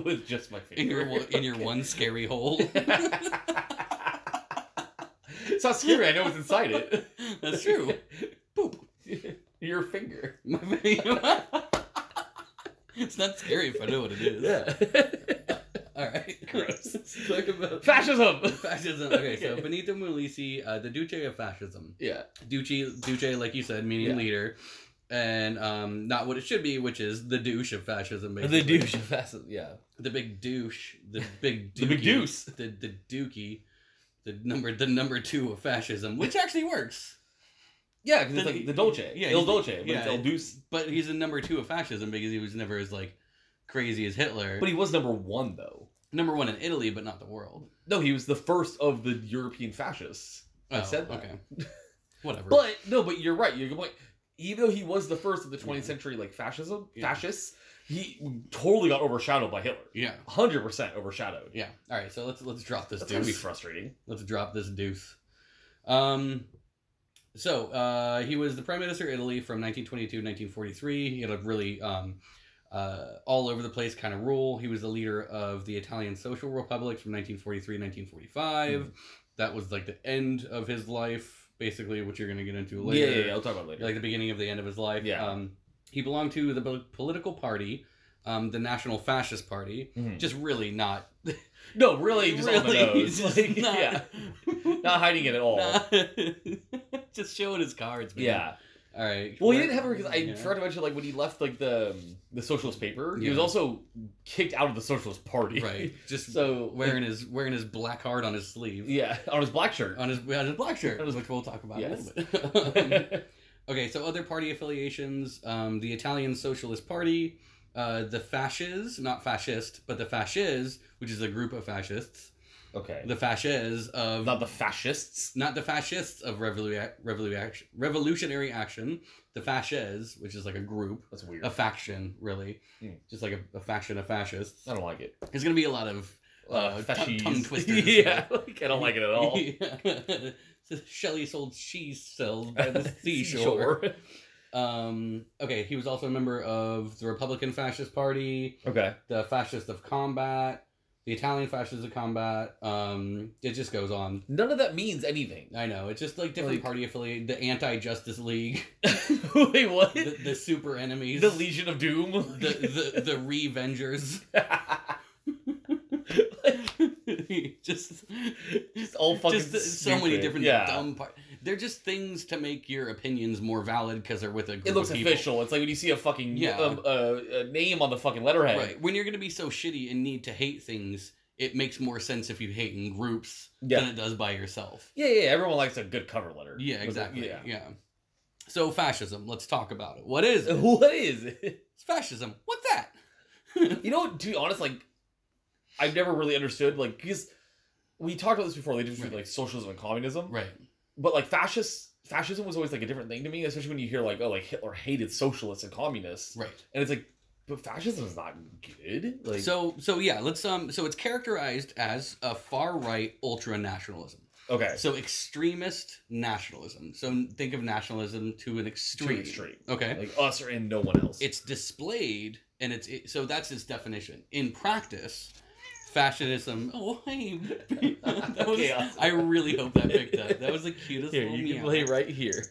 with just my in finger. your one- in your one scary hole. it's not scary. I know what's inside it. That's true. Boop. Your finger. My video. it's not scary if I know what it is. Yeah. All right. Gross. Let's talk about Fascism. fascism. Okay, so Benito Mussolini, uh, the Duce of fascism. Yeah. Duce, Duce, like you said, meaning Yeah. leader, and um, not what it should be, which is the douche of fascism. The Basically. douche of fascism. Yeah. the big douche, the big dookie, The big deuce. the the dookie, the number the number two of fascism, which actually works. Yeah, because it's The- like the Dolce. yeah, Yeah. Il he's- Dolce. But it's yeah. El Deuce. But he's a number two of fascism because he was never as like crazy as Hitler. But he was number one, though. number one in Italy, but not the world. No, he was the first of the European fascists. I said that. okay. Whatever. Oh, But no, but you're right. You're going. Even though he was the first of the 20th Yeah. century, like fascism, Yeah. fascists, he totally got overshadowed by Hitler. yeah, Hundred percent overshadowed. yeah. All right, so let's let's drop this That's gonna be deuce. frustrating. Let's drop this deuce. Um, so uh, he was the prime minister of Italy from 1922 to 1943. He had a really um, uh, all over the place kind of rule. He was the leader of the Italian Social Republic from 1943 to 1945. Hmm. That was like the end of his life, basically, which you're going to get into later. Yeah, yeah, yeah, I'll talk about it later. Like the beginning of the end of his life. Yeah. Um, he belonged to the pol- political party, um, the National Fascist Party. Mhm. Just really not. no, really, just on the nose. just Like, not- yeah, not hiding it at all. Nah. just showing his cards, man. Yeah. All right. Well, he didn't have her because I Yeah. forgot to mention, like when he left, like the um, the socialist paper, he was Yeah. also kicked out of the socialist party. Right. Just So wearing his wearing his black heart on his sleeve. yeah, on his black shirt. On his on his black shirt, On his- which we'll talk about Yes. in a little bit. Um, okay, so other party affiliations: um, the Italian Socialist Party, uh, the Fascists, not fascist, but the Fascists, which is a group of fascists. okay. The Fascists of Not the fascists. not the fascists of revolu- revolu- revolutionary action, the fascists, which is like a group, That's weird. a I faction, really, Mm. just like a, a faction of fascists. I don't like it. There's gonna be a lot of uh, tongue, fascists. tongue twisters. yeah, like, I don't like it at all. Yeah. So Shelley sold cheese cells by the seashore. Seashore. Um, okay, he was also a member of the Republican Fascist Party, Okay. the Fascists of Combat, the Italian Fascists of Combat. Um, it just goes on. None of that means anything. I know. It's just like different Like- party affiliate, the Anti Justice League, Wait, what? the, The, the super enemies, Legion of Doom. the the, the Revengers. just just all fucking just so many stupid. different yeah. dumb part. They're just things to make your opinions more valid because they're with a group It looks of people. official. It's like when you see a fucking Yeah. um, uh, a name on the fucking letterhead. Right. When you're going to be so shitty and need to hate things, it makes more sense if you hate in groups than Yeah. it does by yourself. yeah, yeah. Everyone likes a good cover letter. Yeah, With a- exactly. Yeah. yeah. So fascism. Let's talk about it. What is it? What is it? It's fascism. What's that? You know, to be honest, like I've never really understood, like because we talked about this before, like the difference between like Right. socialism and communism. Right. But like fascist fascism was always like a different thing to me, especially when you hear like oh like Hitler hated socialists and communists, Right. and it's like but fascism is not good. Like so so yeah, let's um so it's characterized as a far right ultra nationalism. okay, So extremist nationalism. So think of nationalism to an too extreme. extreme. Okay. Like us or and no one else. It's displayed, and it's it, so that's its definition. In practice, fascism. Oh, hey. that was, Okay, awesome. I really hope that picked up. That was the cutest here little you can meow. play right here.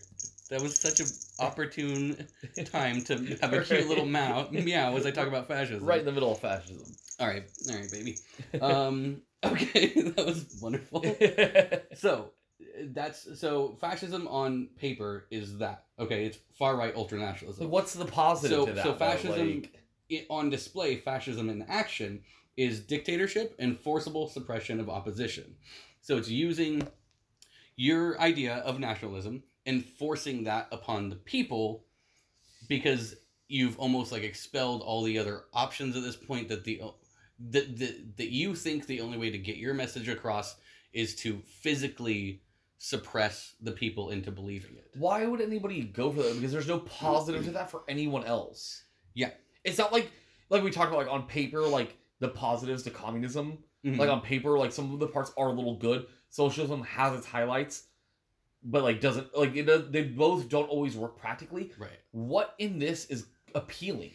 That was such an opportune time to have a cute little meow, meow as I talk about fascism. Right in the middle of fascism. All right. All right, baby. Um, okay. that was wonderful. so that's so fascism on paper is that okay it's far right ultra nationalism What's the positive So- to that? so though? fascism- Like, it, on display fascism in action is dictatorship and forcible suppression of opposition so it's using your idea of nationalism and forcing that upon the people because you've almost like expelled all the other options at this point that the that, that, that you think the only way to get your message across is to physically suppress the people into believing it why would anybody go for that? Because there's no positive to that for anyone else. Yeah. It's not like like we talked about like on paper, like the positives to communism. Like on paper, like some of the parts are a little good. Socialism has its highlights, but like doesn't like it does, they both don't always work practically. right What in this is appealing?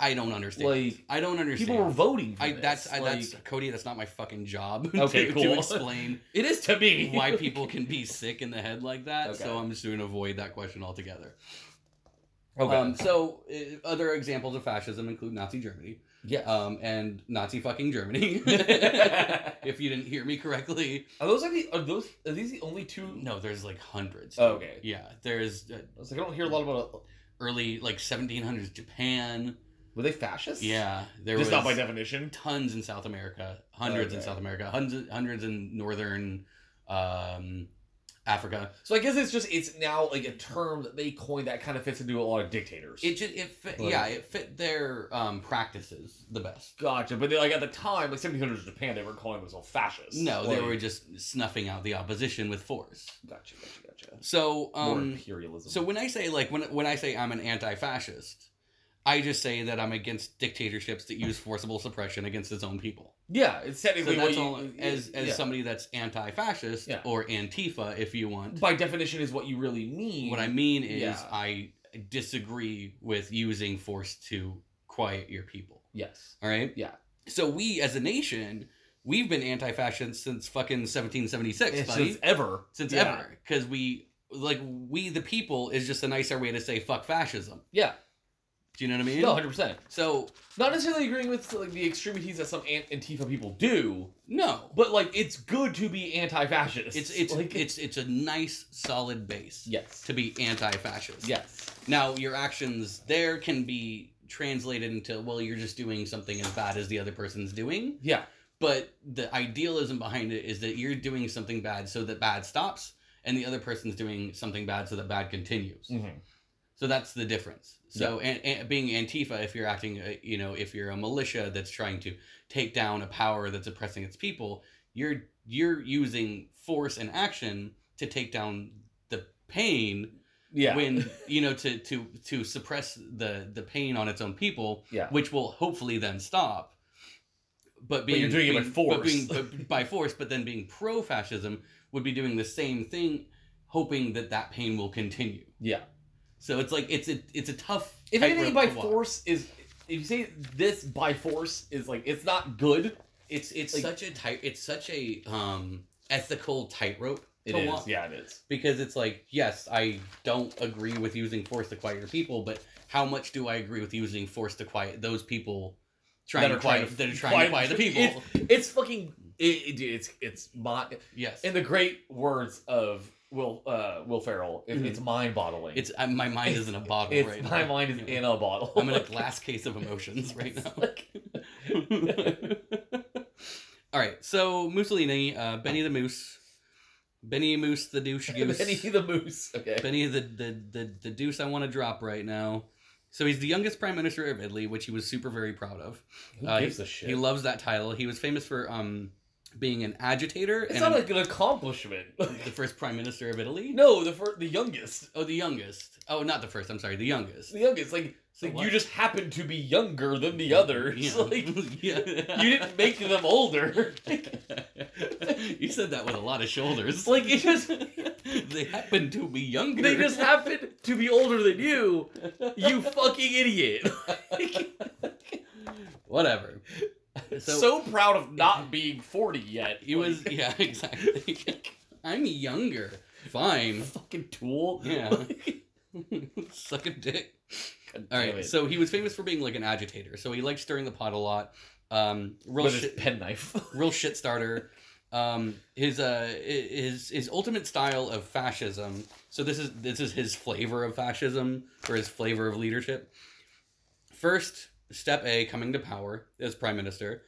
i don't understand Like i don't understand people were voting for I this. that's I, like, that's Cody. That's not my fucking job. Okay, to, cool. to explain it is to me. why people can be sick in the head like that. Okay. So I'm just going to avoid that question altogether. Okay. Um, so uh, other examples of fascism include Nazi Germany, Yeah. um, and Nazi fucking Germany. if you didn't hear me correctly, are those like the, are those are these the only two? no, there's like hundreds. Oh, okay. Yeah, there's uh, I was like, I don't hear a lot about. early like 1700s Japan. Were they fascists? Yeah, there Just was not by definition. tons in South America, hundreds in Okay. South America, hundreds hundreds in northern um, Africa. So I guess it's just it's now like a term that they coined that kind of fits into a lot of dictators. It just it fit, Right. yeah, it fit their um, practices the best. gotcha, but they, like at the time, like 1700s Japan, they weren't calling themselves fascists. No, they Like- were just snuffing out the opposition with force. Gotcha, gotcha, gotcha. So, More um, imperialism. so when I say like when when I say I'm an anti-fascist, I just say that I'm against dictatorships that use forcible suppression against its own people. yeah, it's So technically what that's you- all. As as yeah. somebody that's anti-fascist Yeah. or Antifa, if you want, by definition is what you really mean. what I mean is Yeah. I disagree with using force to quiet your people. yes, All right. Yeah. So we, as a nation, we've been anti-fascist since fucking 1776, It's buddy. just ever Since Yeah. ever, because we like we the people is just a nicer way to say fuck fascism. Yeah, Do you know what I mean? no, hundred percent. So Not necessarily agreeing with like the extremities that some Ant- Antifa people do, no, but like it's good to be anti-fascist. it's it's like, it's it's a nice solid base yes, to be anti-fascist. yes, Now your actions there can be translated into well, you're just doing something as bad as the other person's doing. yeah, but the idealism behind it is that you're doing something bad so that bad stops and the other person's doing something bad so that bad continues Mhm. so that's the difference so and, and being antifa if you're acting uh, you know if you're a militia that's trying to take down a power that's oppressing its people you're you're using force and action to take down the pain yeah. when you know to to to suppress the the pain on its own people Yeah. which will hopefully then stop but being you're doing it by being- force. but being, but by force but then being pro fascism would be doing the same thing hoping that that pain will continue Yeah. so it's like it's a it's a tough if anything tightrope by to walk. force is, if you say this by force is like it's not good. it's it's like- such a tight it's such a um ethical tightrope It to is, walk. yeah, it is. because it's like yes i don't agree with using force to quiet your people but how much do i agree with using force to quiet those people trying That to are trying quiet to- that are trying to quiet the people It's fucking. It, it- dude, it's it's mon- yes in the great words of Will uh, Will Ferrell. It, Mhm. It's mind boggling. it's uh, my mind is in a bottle it's, right my now. mind is Yeah. in a bottle. i'm in a glass case of emotions right now all right so mussolini uh, benny the moose benny moose the douche goose Benny the Moose. Okay. Benny, the the the, the deuce I want to drop right now. So he's the youngest prime minister of Italy, which he was super very proud of. Who uh, gives a shit? He loves that title. He was famous for um being an agitator it's and not like an accomplishment. the first prime minister of Italy. no, the fir- the youngest, Oh, the youngest. Oh, not the first. I'm sorry, the youngest. the youngest. Like, So like what? you just happen to be younger than the others. Yeah. Like you yeah. didn't make them older. you said that with a lot of shoulders. It's like it just they happen to be younger. they just happen to be older than you. You fucking idiot. whatever. So, proud of not being 40 yet. He Like, was, yeah, exactly. I'm younger. Fine. fucking tool. Yeah. Suck a dick. All right. So he was famous for being like an agitator. So he liked stirring the pot a lot. Um, real with his shit, penknife. real shit starter. Um, his uh, i- his his ultimate style of fascism. So this is this is his flavor of fascism or his flavor of leadership. First step A, coming to power as prime minister.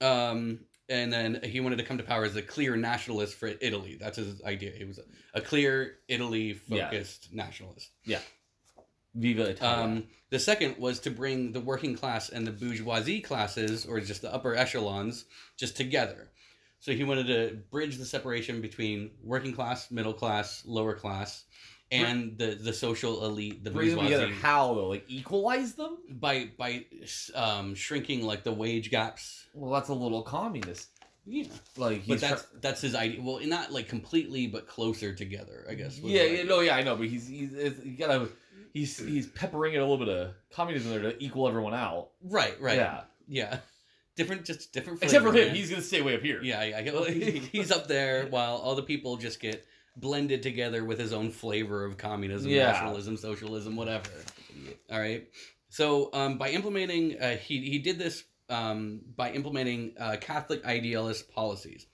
Um, and then he wanted to come to power as a clear nationalist for Italy. That's his idea. He was a clear Italy focused nationalist. Viva Um, the second was to bring the working class and the bourgeoisie classes, or just the upper echelons, just together. So he wanted to bridge the separation between working class, middle class, lower class, and the, the social elite, the Bring them together bourgeoisie, how, though? Like, equalize them? by by um, shrinking like the wage gaps. Well, that's a little communist. Yeah, Like, but he's that's try- that's his idea. Well, not like completely, but closer together, I guess. was yeah, the yeah, idea. no, yeah, I know, but he's, he's, it's- you gotta, he's, he's peppering in a little bit of communism there to equal everyone out. right, right, yeah, Yeah. different, just different. Except for flavor, him, man. he's gonna stay way up here. Yeah, yeah. he'll- he's up there while all the people just get blended together with his own flavor of communism, Yeah. nationalism, socialism, whatever. All right. So um, by implementing, uh, he he did this um, by implementing uh, Catholic idealist policies.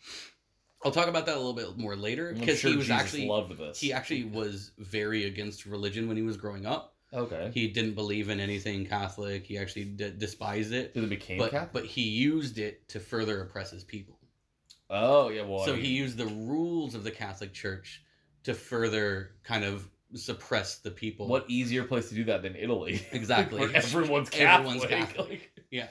I'll talk about that a little bit more later I'm because sure he was Jesus actually loved this. he actually was very against religion when he was growing up. okay. He didn't believe in anything Catholic. He actually d- despised it, Did it became but Catholic? but he used it to further oppress his people. oh yeah, well. I so mean, he used the rules of the Catholic Church to further kind of suppress the people. What easier place to do that than Italy? exactly? Where everyone's Catholic. Everyone's Catholic. yeah.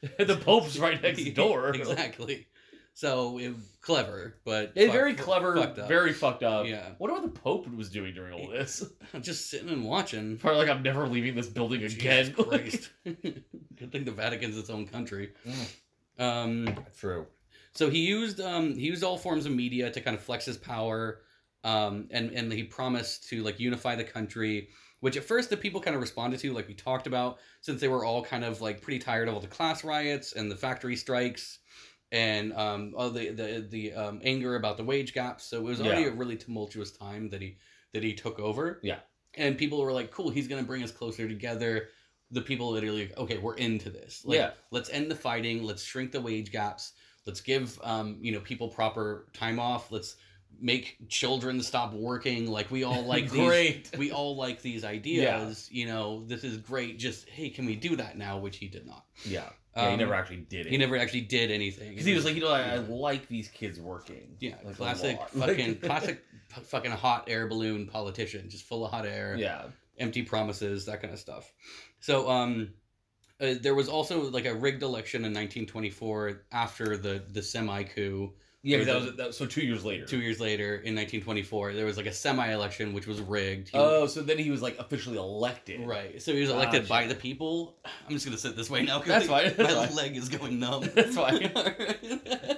Like, the Pope's right next door. exactly. So it, clever, but Yeah, fuck- very fu- clever, fucked up. very fucked up. yeah. What about the Pope was doing during all this? Just sitting and watching. Probably like I'm never leaving this building again. Jesus Christ. Good thing the Vatican's its own country. Mm. Um, True. so he used um, he used all forms of media to kind of flex his power, um, and and he promised to like unify the country, which at first the people kind of responded to, like we talked about, since they were all kind of like pretty tired of all the class riots and the factory strikes, and um, all the the the um, anger about the wage gaps. So it was already Yeah. a really tumultuous time that he that he took over. Yeah. and people were like, "Cool, he's gonna bring us closer together." The people literally, like, okay, we're into this. Like, Yeah. let's end the fighting. Let's shrink the wage gaps. Let's give um, you know people proper time off. Let's make children stop working. Like we all like these Great. we all like these ideas. You know, this is great. Just hey, can we do that now? Which he did not. Yeah. yeah he Um, never actually did it. He never actually did anything. Because he was like, you know, I, I Yeah. like these kids working. yeah, like, a classic lot. fucking Like- classic p- fucking hot air balloon politician, just full of hot air, yeah. empty promises, that kind of stuff. So um. Uh, there was also like a rigged election in 1924 after the the semi coup. Yeah, Or 'cause the- that was that, was- so two years later. Two years later, in 1924, there was like a semi election which was rigged. He- Oh, so then he was like officially elected. right. So he was elected by Gotcha. the people. I'm just gonna sit this way now. 'cause That's I- fine. That's My fine. leg is going numb. That's fine. I'm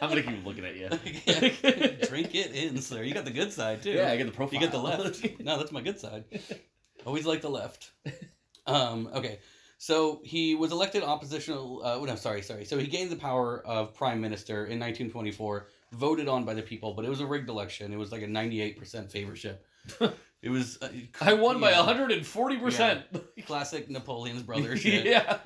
I'm gonna keep looking at you. Drink it in, sir. You got the good side too. yeah, I get the profile. you get the left. No, that's my good side. Always like the left. Um, okay, so he was elected oppositional. Uh, oh, no, sorry, sorry. So he gained the power of prime minister in 1924, voted on by the people, but it was a rigged election. It was like a 98% favorship. It was. Uh, I won by yeah, 140 percent. Classic Napoleon's brother shit. Yeah.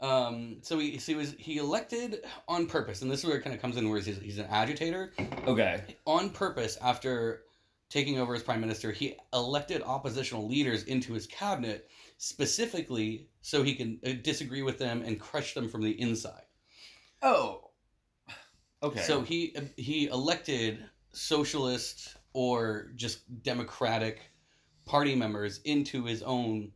Um, so he so he was he elected on purpose, and this is where it kind of comes in, where he's, he's an agitator Okay. on purpose. After taking over as prime minister, he elected oppositional leaders into his cabinet specifically so he can uh, disagree with them and crush them from the inside. Oh. Okay. So he uh, he elected socialist or just democratic party members into his own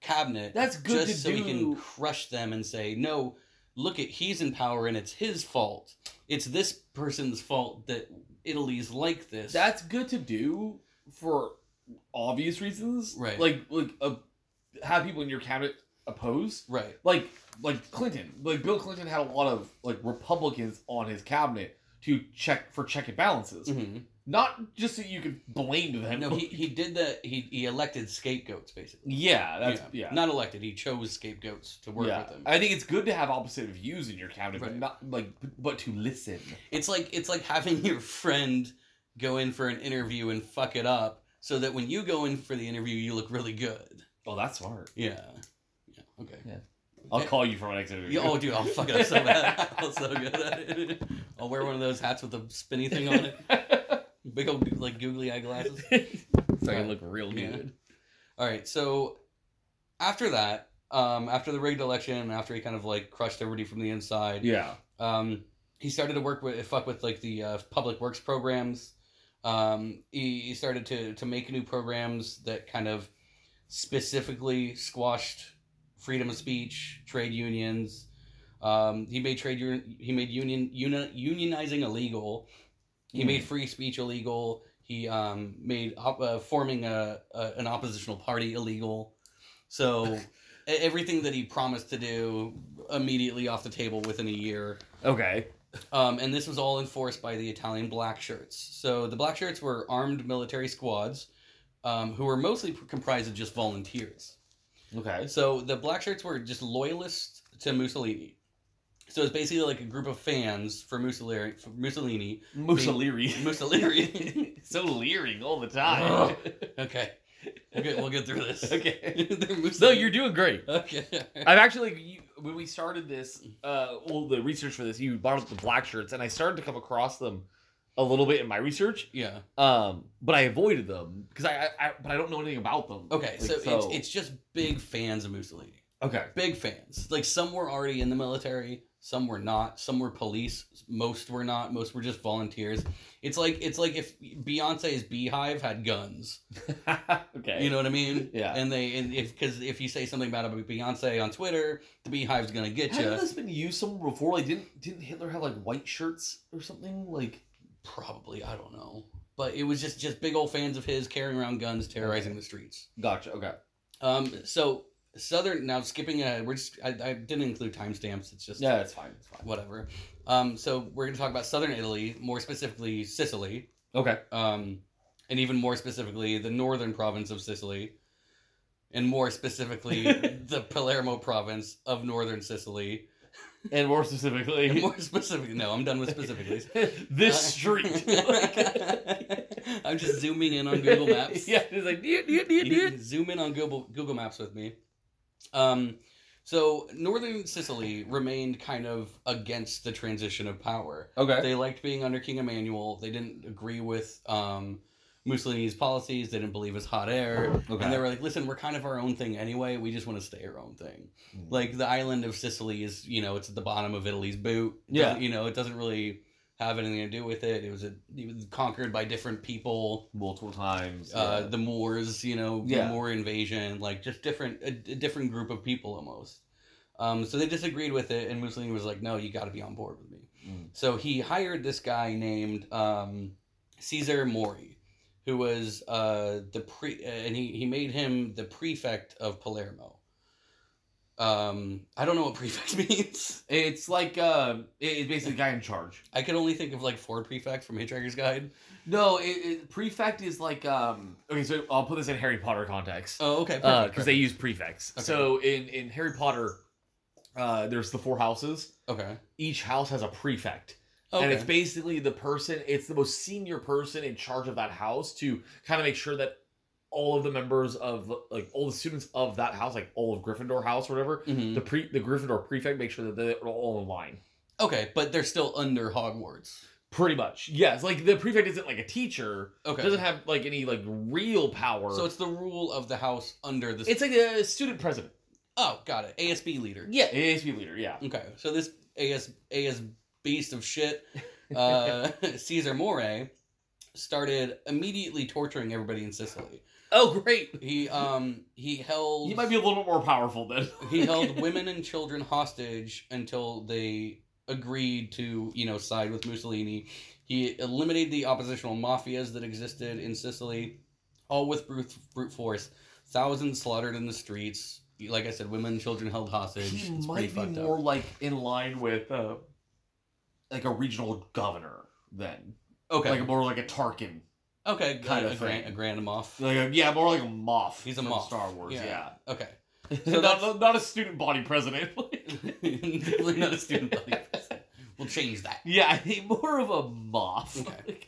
cabinet that's good just to so do. he can crush them and say, no, look at he's in power and it's his fault. It's this person's fault that Italy's like this. That's good to do for obvious reasons. Right. Like like uh, have people in your cabinet oppose. right. Like like Clinton. Like Bill Clinton had a lot of like Republicans on his cabinet to check for check and balances. Mhm. Not just so you could blame them. No, he, he did the he, he elected scapegoats basically. Yeah, that's yeah. Not elected, he chose scapegoats to work Yeah. with them. I think it's good to have opposite views in your cabinet, but Right. not like but to listen. It's like it's like having your friend go in for an interview and fuck it up so that when you go in for the interview you look really good. Oh, that's smart. Yeah. Yeah. Okay. I'll call you for my next interview. Yeah, oh, dude, I'll fuck it up so bad. I'm so good at it. I'll wear one of those hats with the spinny thing on it. Big old like googly eye glasses. So I Uh, can look real yeah. good. All right, so after that, um, after the rigged election, and after he kind of like crushed everybody from the inside, Yeah. um, he started to work with fuck with like the uh, public works programs. Um, he, he started to to make new programs that kind of specifically squashed freedom of speech, trade unions. Um, he made trade un- he made union uni- unionizing illegal. He Hmm. made free speech illegal. He um, made op- uh, forming a, a an oppositional party illegal. So e- everything that he promised to do immediately off the table within a year. Okay. Um, and this was all enforced by the Italian black shirts. So the black shirts were armed military squads um, who were mostly p- comprised of just volunteers. Okay. So the black shirts were just loyalists to Mussolini. So it's basically like a group of fans for Mussolini. For Mussolini. Mussolini. Mussolini. so leering all the okay. We'll get, we'll get through this. okay. They're moving. No, you're doing great. okay. I've actually you, when we started this, uh, all the research for this, you brought up the black shirts, and I started to come across them a little bit in my research, yeah. um, but I avoided them because I, I, I, but I don't know anything about them. Okay, Like, so, It's, it's just big fans of Mussolini. okay, Big fans. Like some were already in the military, some were not, some were police, most were not, most were just volunteers. It's like it's like if Beyonce's Beehive had guns. okay, You know what I mean? Yeah. And they and if because if you say something bad about Beyonce on Twitter, the Beehive's gonna get you. Hasn't this been used somewhere before? Like, didn't didn't Hitler have like white shirts or something? Like, Probably, I don't know. But it was just just big old fans of his carrying around guns, terrorizing the streets. gotcha. Okay, Um, so Southern now skipping ahead, we're just I, I didn't include timestamps. It's just yeah, it's fine. It's fine. whatever. Um, so we're gonna talk about Southern Italy, more specifically Sicily, Okay, um, and even more specifically the northern province of Sicily, and more specifically the Palermo province of northern Sicily. and more And specifically, more specifically, no, I'm done with specifically. this street. I'm just zooming in on Google Maps. yeah, it's like "Deet, deet, you deet, need deet." to zoom in on Google Google Maps with me. Um, so northern Sicily remained kind of against the transition of power. Okay, They liked being under King Emmanuel. They didn't agree with um, Mussolini's policies. They didn't believe his hot air. And they okay, were like, "Listen, we're kind of our own thing anyway. We just want to stay our own thing." Mm. Like the island of Sicily is, you know, it's at the bottom of Italy's boot. It Yeah. doesn't- you know, it doesn't really have anything to do with it. It was a, it was conquered by different people multiple times. uh, yeah. the Moors, you know, Yeah. the Moor invasion, like just different, a, a different group of people almost. Um, so they disagreed with it, and Mussolini was like, "No, you got to be on board with me." Mm. So he hired this guy named um, Caesar Mori, who was uh, the pre, uh, and he he made him the prefect of Palermo. Um, I don't know what prefect means. It's like uh, it- it's basically the guy in charge. I could only think of like four prefects from Hitchhiker's Guide. No, it, it, prefect is like um. Okay, so I'll put this in Harry Potter context Oh, okay. because perfect, they use prefects. Okay. So in in Harry Potter, uh, there's the four houses. perfect. okay. Each house has a prefect, Okay. and it's basically the person. It's the most senior person in charge of that house to kind of make sure that all of the members of like all the students of that house, like all of Gryffindor house or whatever, Mhm. the pre the Gryffindor prefect make sure that they're all in line. Okay, but they're still under Hogwarts. Pretty much, yes. Like the prefect isn't like a teacher. Okay. Doesn't have like any like real power. so it's the rule of the house under the. It's like a student president. oh, got it. ASB leader. Yeah, ASB leader. Yeah. Okay, so this AS AS beast of shit, uh, Caesar More, started immediately torturing everybody in Sicily. Oh, great. He um he held He might be a little bit more powerful then. he held women and children hostage until they agreed to you know side with Mussolini. He eliminated the oppositional mafias that existed in Sicily, all with brute, brute force. Thousands slaughtered in the streets. Like I said, women and children held hostage. He it's pretty might be fucked more up. like in line with uh, like a regional governor then, Okay. like more like a Tarkin. okay. kind Good. Kind of of a, gran- thing. a grand moff. Like a, yeah, more like a moth. He's a from moth. Star Wars. Yeah. Okay. So So not, that's- not- not a student body president. Definitely not a student body. We'll change that. yeah, more of a moth. Okay.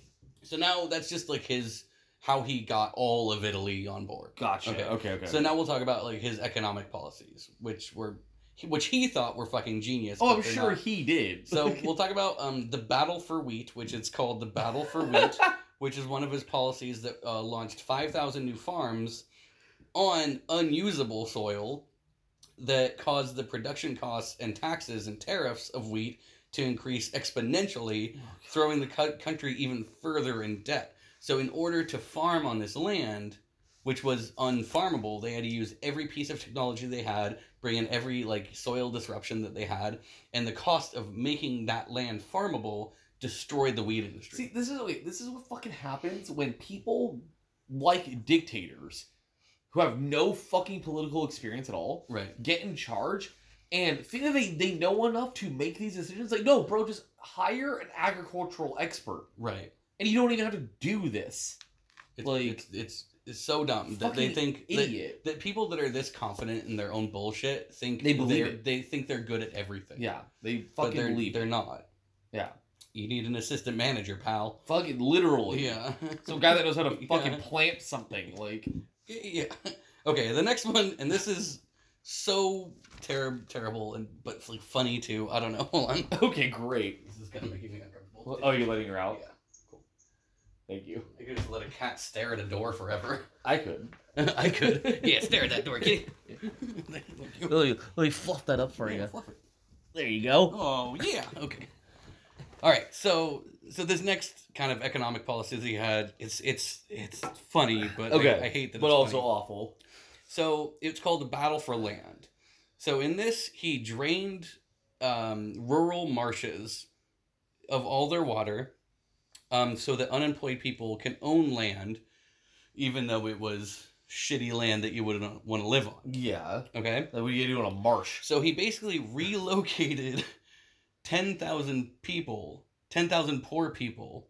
So now that's just like his how he got all of Italy on board. Gotcha. Okay. Okay. Okay. So now we'll talk about like his economic policies, which were which he thought were fucking genius. oh, but I'm they're sure not. he did. So we'll talk about um the battle for wheat, which it's called the battle for wheat, which is one of his policies that uh, launched five thousand new farms on unusable soil that caused the production costs and taxes and tariffs of wheat to increase exponentially, throwing the co- country even further in debt. So in order to farm on this land, which was unfarmable, they had to use every piece of technology they had, bring in every like soil disruption that they had, and the cost of making that land farmable destroyed the wheat industry. See, this is wait, this is what fucking happens when people like dictators who have no fucking political experience at all right. get in charge and think that they, they know enough to make these decisions. Like, no, bro, just hire an agricultural expert. Right. And you don't even have to do this. It's, Like- it's, it's it's so dumb that they Fucking think that, Idiot. that people that are this confident in their own bullshit think They believe they're- it. They think they're good at everything. yeah. They But fucking they're, believe they're it. not. Yeah. You need an assistant manager, pal. Fucking literally. Yeah. Some guy that knows how to Yeah. fucking plant something. Like Yeah. Okay, the next one, and this is so terrible, terrible, and but it's like funny too. I don't know. Hold on. Okay, great. This is kind of making me uncomfortable. Well, oh, you're letting her Yeah. out. Thank you. I could just let a cat stare at a door forever. I could. I could. Yeah, stare at that door, kitty. Let me, let me fluff that up for Yeah, you. fluff it. There you go. Oh yeah. Okay. All right. So so this next kind of economic policy that he had, it's it's it's funny, but like, Okay, I hate that. But it's also funny. awful. So it's called the Battle for Land. So in this, he drained um, rural marshes of all their water, um, so that unemployed people can own land, even though it was shitty land that you wouldn't want to live on. Yeah. Okay. Like, what do you do on a marsh? So he basically relocated 10,000 people, 10,000 poor people,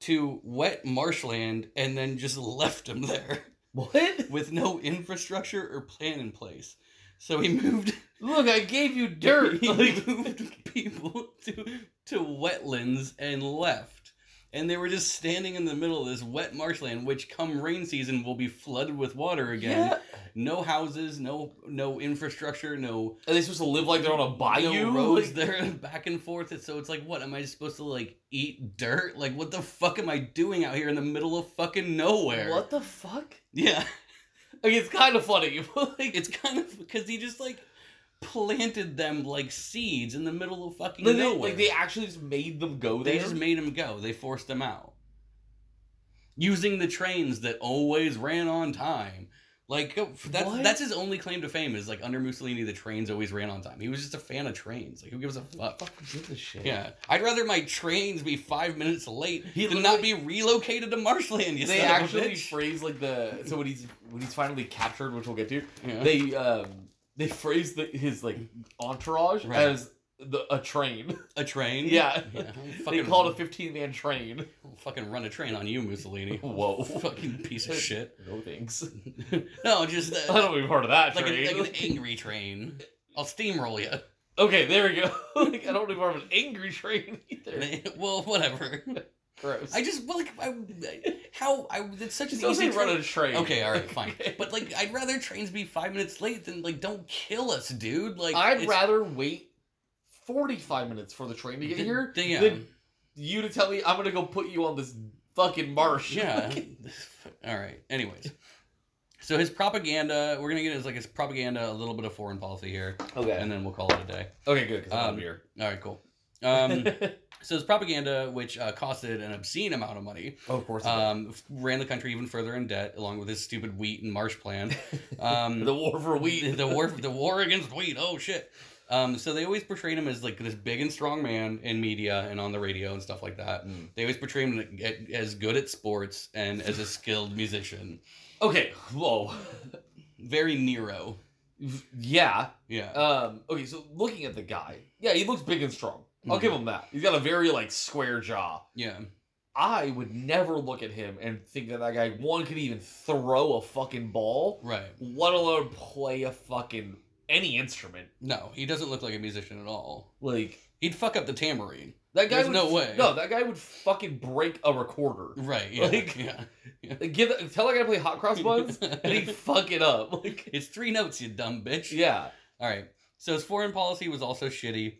to wet marshland and then just left them there What? with no infrastructure or plan in place. So he moved Look, I gave you dirt. he Like, moved people to to wetlands and left. And they were just standing in the middle of this wet marshland, which come rain season will be flooded with water again. yeah. No houses, no no infrastructure, no Are they supposed to live like they're on a bayou? no roads Like- there back and forth. And so it's like, what am I supposed to like eat dirt? Like, what the fuck am I doing out here in the middle of fucking nowhere? What the fuck? Yeah, Like, it's kind of funny. like, it's kind of because he just like planted them like seeds in the middle of fucking like, they, nowhere. like, they actually just made them go there. They just made him go. They forced him out. Using the trains that always ran on time. Like go- that's What? that's his only claim to fame is like under Mussolini the trains always ran on time. He was just a fan of trains. Like who gives a fuck? fucking did this shit. Yeah, I'd rather my trains be five minutes late He than not be relocated to marshland. You they son of a actually bitch. phrase like the so when he's when he's finally captured, which we'll get to. Yeah. They um they phrase the, his like entourage Right. as the a train. a train. Yeah. yeah. they Fucking, call it a fifteen man train. fucking run a train on you, Mussolini. Whoa. fucking piece of shit. No thanks. No, just I uh, don't want to be part of that like, train. an, like an angry train. I'll steamroll you. okay, there we go. like, I don't want to be part of an angry train either. well, whatever. Gross. I just well, like I, how I it's such an just don't easy say run train- a train. Okay, all right, fine. Okay. But like, I'd rather trains be five minutes late than like don't kill us, dude. Like, I'd it's- rather wait forty five minutes for the train to get Th- here th- yeah. than you to tell me I'm gonna go put you on this fucking marsh. Yeah. All right. Anyways, so his propaganda. We're gonna get his like his propaganda, a little bit of foreign policy here, okay. and then we'll call it a day. Okay, good. Because Um, All right. Cool. Um, so his propaganda, which uh, costed an obscene amount of money, Oh, of course. um, f- ran the country even further in debt, along with his stupid wheat and marsh plan. Um, the war for wheat. the war, the war against wheat. Oh shit. Um, so they always portrayed him as like this big and strong man in media and on the radio and stuff like that. Mm. They always portray him like, a- as good at sports and as a skilled musician. okay. Whoa. Very Nero. Yeah. Yeah. Um. Okay. So looking at the guy, yeah, he looks big and strong. I'll Mhm. give him that. He's got a very like square jaw. yeah. I would never look at him and think that that guy one could even throw a fucking ball, Right. let alone play a fucking any instrument. No, he doesn't look like a musician at all. Like He'd fuck up the tambourine. that guy. There's would, no way. No, that guy would fucking break a recorder. Right. Yeah. Like- yeah. Like, give tell that guy to play hot cross buns and he'd fuck it up. Like it's three notes, you dumb bitch. yeah. All right. So his foreign policy was also shitty.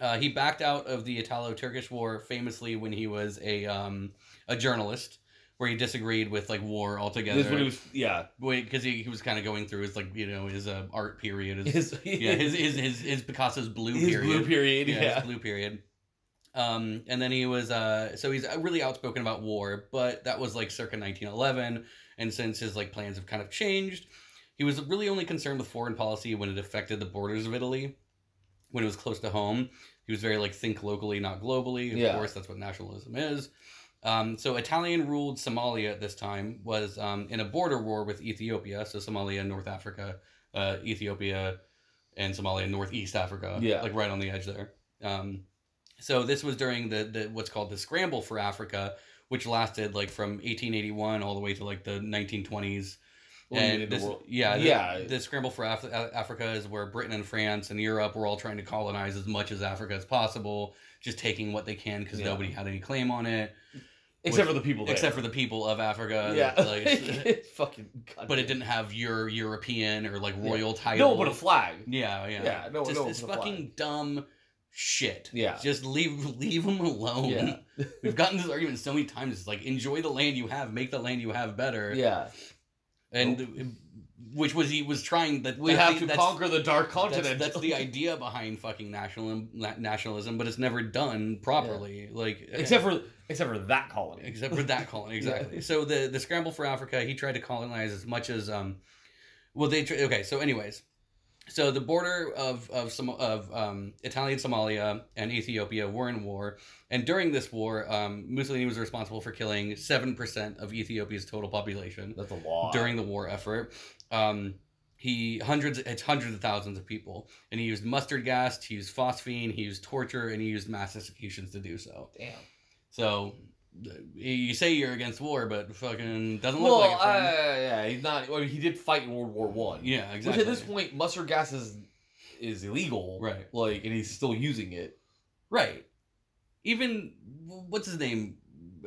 Uh, he backed out of the Italo-Turkish War famously when he was a um, a journalist, where he disagreed with like war altogether. This is when he was yeah. because he, he was kind of going through his like you know his uh, art period, his, His, yeah his, his his his Picasso's blue his period, blue period. Yeah. his blue period. Um, and then he was uh, so he's really outspoken about war, but that was like circa 1911, and since his like plans have kind of changed, he was really only concerned with foreign policy when it affected the borders of Italy, when it was close to home. He was very like think locally, not globally. Of Yeah. course, that's what nationalism is. Um, so Italian ruled Somalia at this time was um, in a border war with Ethiopia. So Somalia, North Africa, uh, Ethiopia, and Somalia, Northeast Africa. Yeah. like right on the edge there. Um, so this was during the, the what's called the Scramble for Africa, which lasted like from 1881 all the way to like the 1920s Well, you mean and the this, world- yeah, the, Yeah. the scramble for Af- Af- Africa is where Britain and France and Europe were all trying to colonize as much as Africa as possible, just taking what they can because Yeah. nobody had any claim on it. Except Which- for the people. There. except for the people of Africa. yeah, like, It's fucking. but it didn't have your European or like Yeah. royal title. No, but a flag. yeah, yeah, Yeah, no, Just no, this it's a flag. fucking dumb shit. Yeah. just leave leave them alone. Yeah. We've gotten this argument so many times. It's like enjoy the land you have, make the land you have better. Yeah, and uh, which was he was trying that We that's have the- to that's- conquer the dark That's, continent. that's the idea behind fucking national na- nationalism, but it's never done properly. Like except for except for that colony. except for that colony exactly. So the the scramble for Africa, he tried to colonize as much as um, well they tr- okay. So anyways, so the border of of some of um, Italian Somalia and Ethiopia were in war, and during this war, um, Mussolini was responsible for killing seven percent of Ethiopia's total population That's a lot. during the war effort. Um, he hundreds, it's hundreds of thousands of people, and he used mustard gas, he used phosphine, he used torture, and he used mass executions to do so. damn. So th- you say you're against war, but fucking doesn't look Well, like it. friend. uh, yeah, he's not. I mean, he did fight in World War One. yeah, exactly. Which at this point, mustard gas is is illegal. Right. Like, and he's still using it. right? Even what's his name?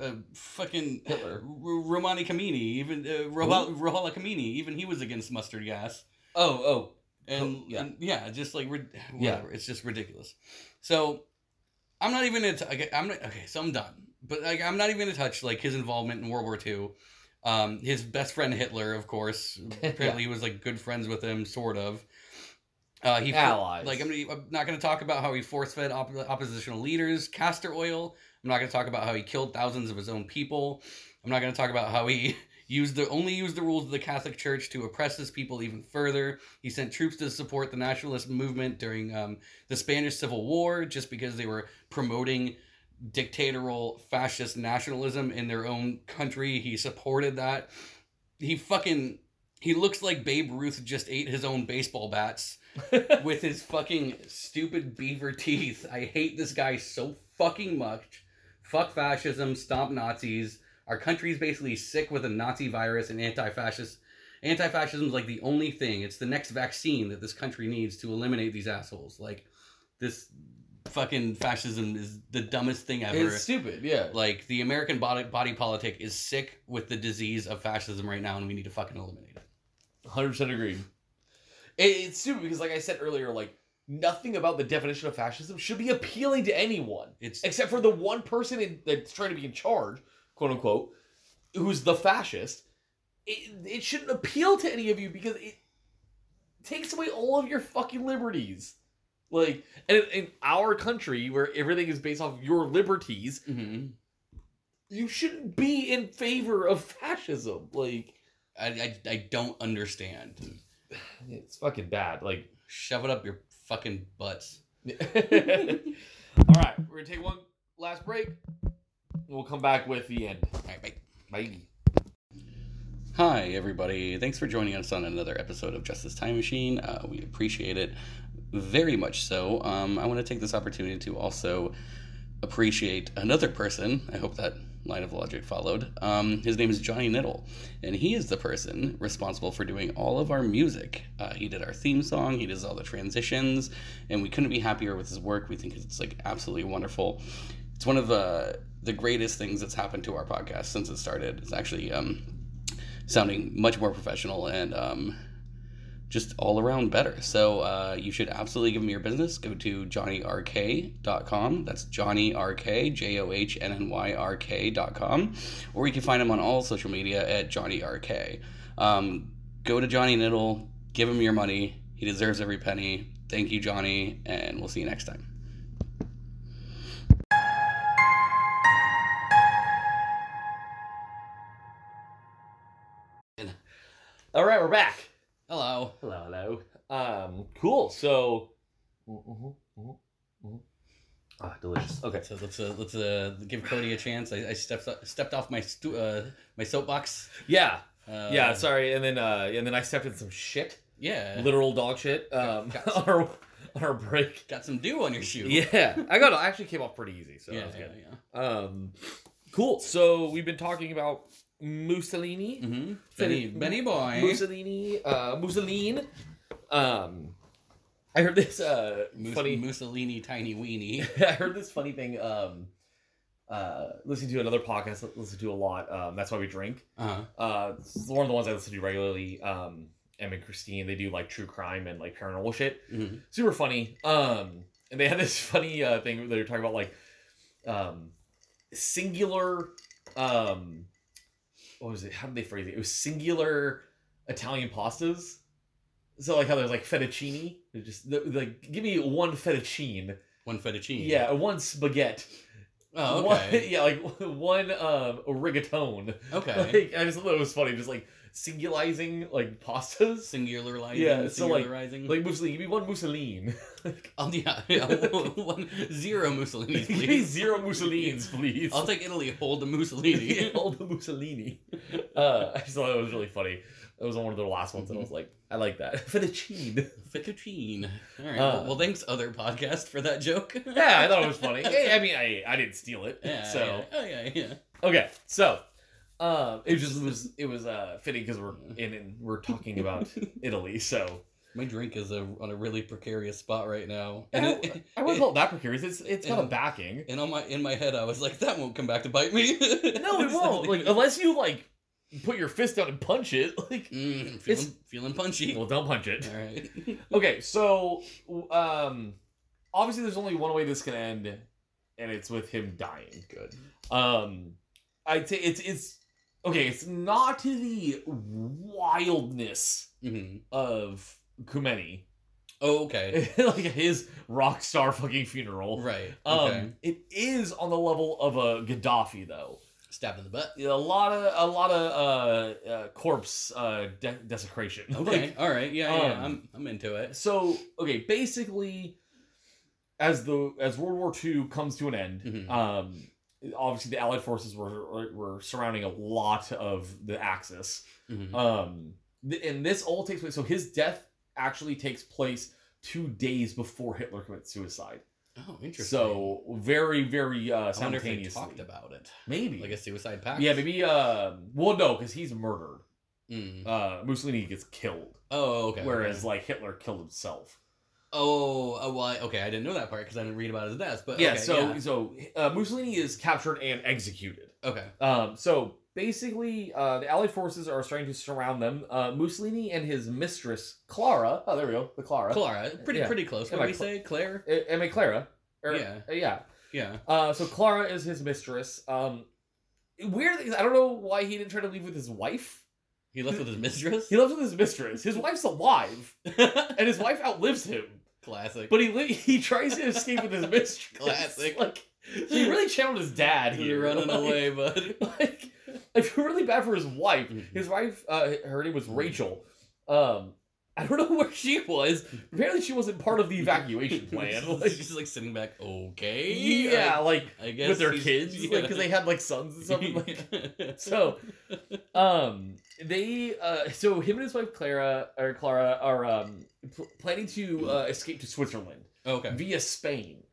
Uh, fucking uh, Hitler. R- Romani Kamini, even uh, Rohala, Rohala Kamini, even he was against mustard gas. Oh, oh, and Oh, yeah. yeah, and, yeah just like rid- whatever. It's just ridiculous. So I'm not even gonna. T- okay, I'm not, okay. So I'm done. But like, I'm not even gonna touch like his involvement in World War II. Um, his best friend Hitler, of course. Apparently, he was like good friends with him, sort of. Uh, he allies. like I'm, gonna, I'm not going to talk about how he force fed op- oppositional leaders castor oil. I'm not going to talk about how he killed thousands of his own people. I'm not going to talk about how he used the only used the rules of the Catholic Church to oppress his people even further. He sent troops to support the nationalist movement during um, the Spanish Civil War just because they were promoting dictatorial fascist nationalism in their own country. He supported that. He fucking he looks like Babe Ruth just ate his own baseball bats with his fucking stupid beaver teeth. I hate this guy so fucking much. Fuck fascism, stomp Nazis. Our country's basically sick with a Nazi virus and anti-fascist. Anti-fascism is like the only thing. It's the next vaccine that this country needs to eliminate these assholes. Like this fucking fascism is the dumbest thing ever it's stupid. Yeah. like the American body, body politic is sick with the disease of fascism right now, and we need to fucking eliminate it. Hundred percent agreed. It, it's stupid because, like I said earlier, like nothing about the definition of fascism should be appealing to anyone It's except for the one person in, that's trying to be in charge, quote unquote, who's the fascist. It, it shouldn't appeal to any of you because it takes away all of your fucking liberties. Like, and in, in our country where everything is based off your liberties, you shouldn't be in favor of fascism. Like, I, I I don't understand. it's fucking bad. Like. Shove it up your fucking butts. All right, we're gonna take one last break. and We'll come back with the end. All right, bye. Bye. Hi, everybody. Thanks for joining us on another episode of Justice Time Machine. Uh, we appreciate it very much so. Um, I want to take this opportunity to also appreciate another person. I hope that line of logic followed. Um, his name is Johnny Niddle, and he is the person responsible for doing all of our music. Uh, he did our theme song, he does all the transitions, and we couldn't be happier with his work. We think it's like absolutely wonderful. It's one of the the greatest things that's happened to our podcast since it started. It's actually um, sounding much more professional and um, just all around better. So uh, you should absolutely give him your business. Go to johnnyrk.com. That's Johnny RK, J O H N N Y R K.com. Or you can find him on all social media at Johnny RK. Um, go to Johnny Niddle, give him your money. He deserves every penny. Thank you, Johnny, and we'll see you next time. All right, we're back. Hello. Hello, hello. Um, cool. So, Mhm, mhm, mhm. ah, delicious. Okay. So let's uh, let's uh, give Cody a chance. I, I stepped stepped off my stu- uh, my soapbox. Yeah, Uh, yeah. Sorry, and then uh, and then I stepped in some shit, yeah. literal dog shit. Um, Eh. Got- on our on our break. Got some dew on your shoe. Yeah, I got. I actually came off pretty easy, so yeah, that was good. yeah, Um, cool. So we've been talking about Mussolini. yeah. hmm Benny, Benny boy. Mussolini, uh, Mussolini. Um, I heard this uh, Mus- funny. Mussolini, tiny weenie. I heard this funny thing. Um, uh, listen to another podcast. I Listen to a lot. Um, that's why we drink. Uh-huh. Uh, it's one of the ones I listen to regularly. Um, Em and Christine, they do like true crime and like paranormal shit. Mhm. Super funny. Um, and they had this funny uh, thing where they were talking about like, um, singular. Um, what was it? How did they phrase it? It was singular Italian pastas. So like how there's like fettuccine. They're just they're like give me one fettuccine. One fettuccine. Yeah, one spaghetti. Oh, One- okay. yeah, like one um, rigatone. Okay. Like, I just thought it was funny, just like singularizing like pastas. Singularizing. Yeah, so, like- singularizing. Like Mussolini, give me one Mussolini. Um, yeah, yeah. One, zero Mussolini's, give me please. zero Mussolini's, please. I'll take Italy. Hold the Mussolini. Yeah, all the Mussolini. Uh, I just thought that was really funny. That was one of the last ones, and I was like, I like that. Fettuccine. Fettuccine. All right. Uh. well, well, thanks other podcast for that joke. Yeah, I thought it was funny. Yeah, I mean, I, I didn't steal it. Yeah, so yeah. Oh yeah, yeah. okay, so um, it just was it was uh, fitting because we're in and we're talking about Italy. So My drink is a, on a really precarious spot right now, and and it, I, I wouldn't call it that precarious. It's it's got Yeah. a backing. and on my in my head, I was like, that won't come back to bite me. No, it So won't. the- Like unless you like put your fist out and punch it. Like Mm, feeling, It's- feeling punchy. well, don't punch it. All right. Okay, so um, obviously there's only one way this can end, and it's with him dying. Good. Um, I'd say it's it's okay. It's not to the wildness hmm of Kumeni, Oh, okay. like his rock star fucking funeral. Right. Okay. Um, it is on the level of a Gaddafi though. Stabbed in the butt. A lot of a lot of uh, uh corpse uh de- desecration. Okay. Like, All right. Yeah. Yeah. um, I'm I'm into it. so okay, basically, as the as World War II comes to an end, Mhm. um, obviously the Allied forces were were surrounding a lot of the Axis. Mhm. Um, th- and this all takes place. So his death actually takes place two days before Hitler commits suicide. Oh, interesting. So very, very uh, I wonder if they simultaneous. talked about it, Maybe. like a suicide pact. yeah, maybe. Uh, well, no, because he's murdered. Mm. Uh, Mussolini gets killed, Oh, okay. whereas like Hitler killed himself. Oh, uh, well, I- okay. I didn't know that part because I didn't read about his death. But yeah, okay, so so uh, Mussolini is captured and executed. okay, Um, so basically, uh, the Allied forces are starting to surround them. Uh, Mussolini and his mistress Clara. Oh, there we go, the Clara. Clara, pretty Yeah. pretty close. What Yeah, do we like say, Claire? I, I mean Clara. Or- Yeah. uh, yeah. Yeah. Uh, so Clara is his mistress. Um, weird. thing is, I don't know why he didn't try to leave with his wife. He left with his mistress. He lives with his mistress. His wife's alive, and his wife outlives him. Classic. But he li- he tries to escape with his mistress. Classic. Like he really channeled his dad you're here. running like, away, bud. Like I feel really bad for his wife. Mhm. His wife, uh, her name was Rachel. Um, I don't know where she was. Apparently, she wasn't part of the evacuation plan. Like, She's just like sitting back. Okay. yeah, like I, I guess with their he's- kids, yeah. like because they had like sons and something. Like so um they uh so him and his wife clara or clara are um pl- planning to uh, escape to switzerland Oh, okay. via spain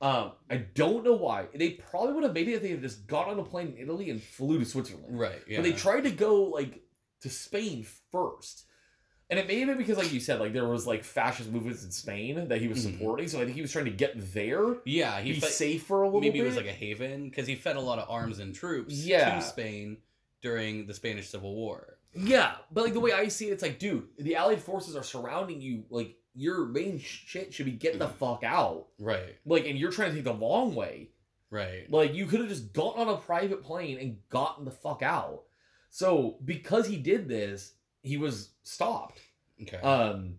um i don't know why they probably would have made it if they had just got on a plane in italy and flew to switzerland Right. Yeah. but they tried to go like to spain first and it may have been because like you said like there was like fascist movements in spain that he was Mhm. supporting so i think he was trying to get there yeah. He be fe- safe for a little maybe bit it was like a haven because he fed a lot of arms and troops Yeah. to Spain during the Spanish Civil War. Yeah, but like the way I see it, it's like, dude, the Allied forces are surrounding you. Like your main shit should be getting Mm-hmm. the fuck out. Right. Like, and you're trying to take the long way. Right. Like you could have just gone on a private plane and gotten the fuck out. So because he did this, he was stopped. Okay. Um,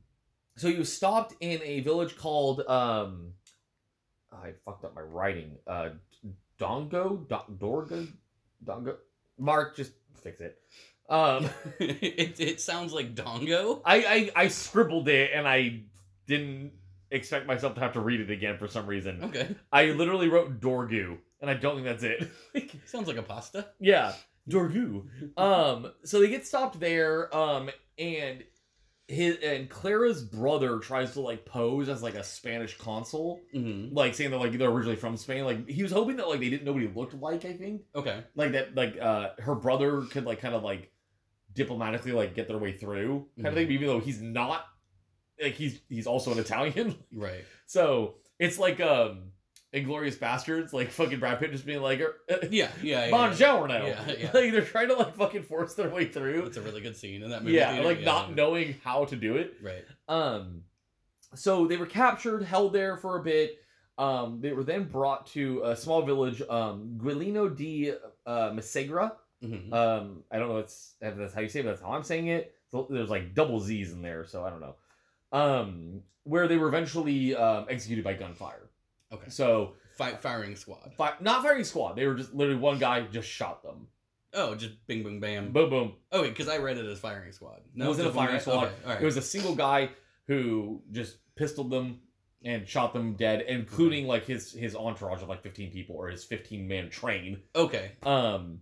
so he was stopped in a village called um, I fucked up my writing. Uh, Dongo, Do- Dorga, Dongo. Mark, just fix it. Um. it, it sounds like Dongo. I, I I scribbled it and I didn't expect myself to have to read it again for some reason. Okay. I literally wrote Dorgu, and I don't think that's it. Sounds like a pasta. yeah, Dorgu. Um, so they get stopped there. Um, and his and Clara's brother tries to like pose as like a Spanish consul, Mm-hmm. like saying that like they're originally from Spain. Like he was hoping that like they didn't know what he looked like. I think Okay. like that like uh her brother could like kind of like diplomatically like get their way through kind of thing even though he's not like he's he's also an italian Right. so it's like um Inglorious Bastards, like fucking Brad Pitt just being like, er, eh, Yeah, yeah, yeah. Buongiorno. Yeah, yeah. Like they're trying to like fucking force their way through. It's a really good scene in that movie. Yeah, theater, like not knowing how to do it. Right. Um, so they were captured, held there for a bit. Um, they were then brought to a small village, um, Guilino di uh, Masegra. Mhm. Um, I don't know it's, if that's how you say it, but that's how I'm saying it. So there's like double Z's in there, so I don't know. Um, where they were eventually um, executed by gunfire. Okay. So, Fight firing squad. fi- not firing squad. They were just literally one guy just shot them. Oh, just bing, bing, bam. Boom, boom. oh wait, because I read it as firing squad. It wasn't a just one firing guy- squad. Okay, all right. It was a single guy who just pistoled them and shot them dead, including like his his entourage of like fifteen people or his fifteen man train. okay. Um,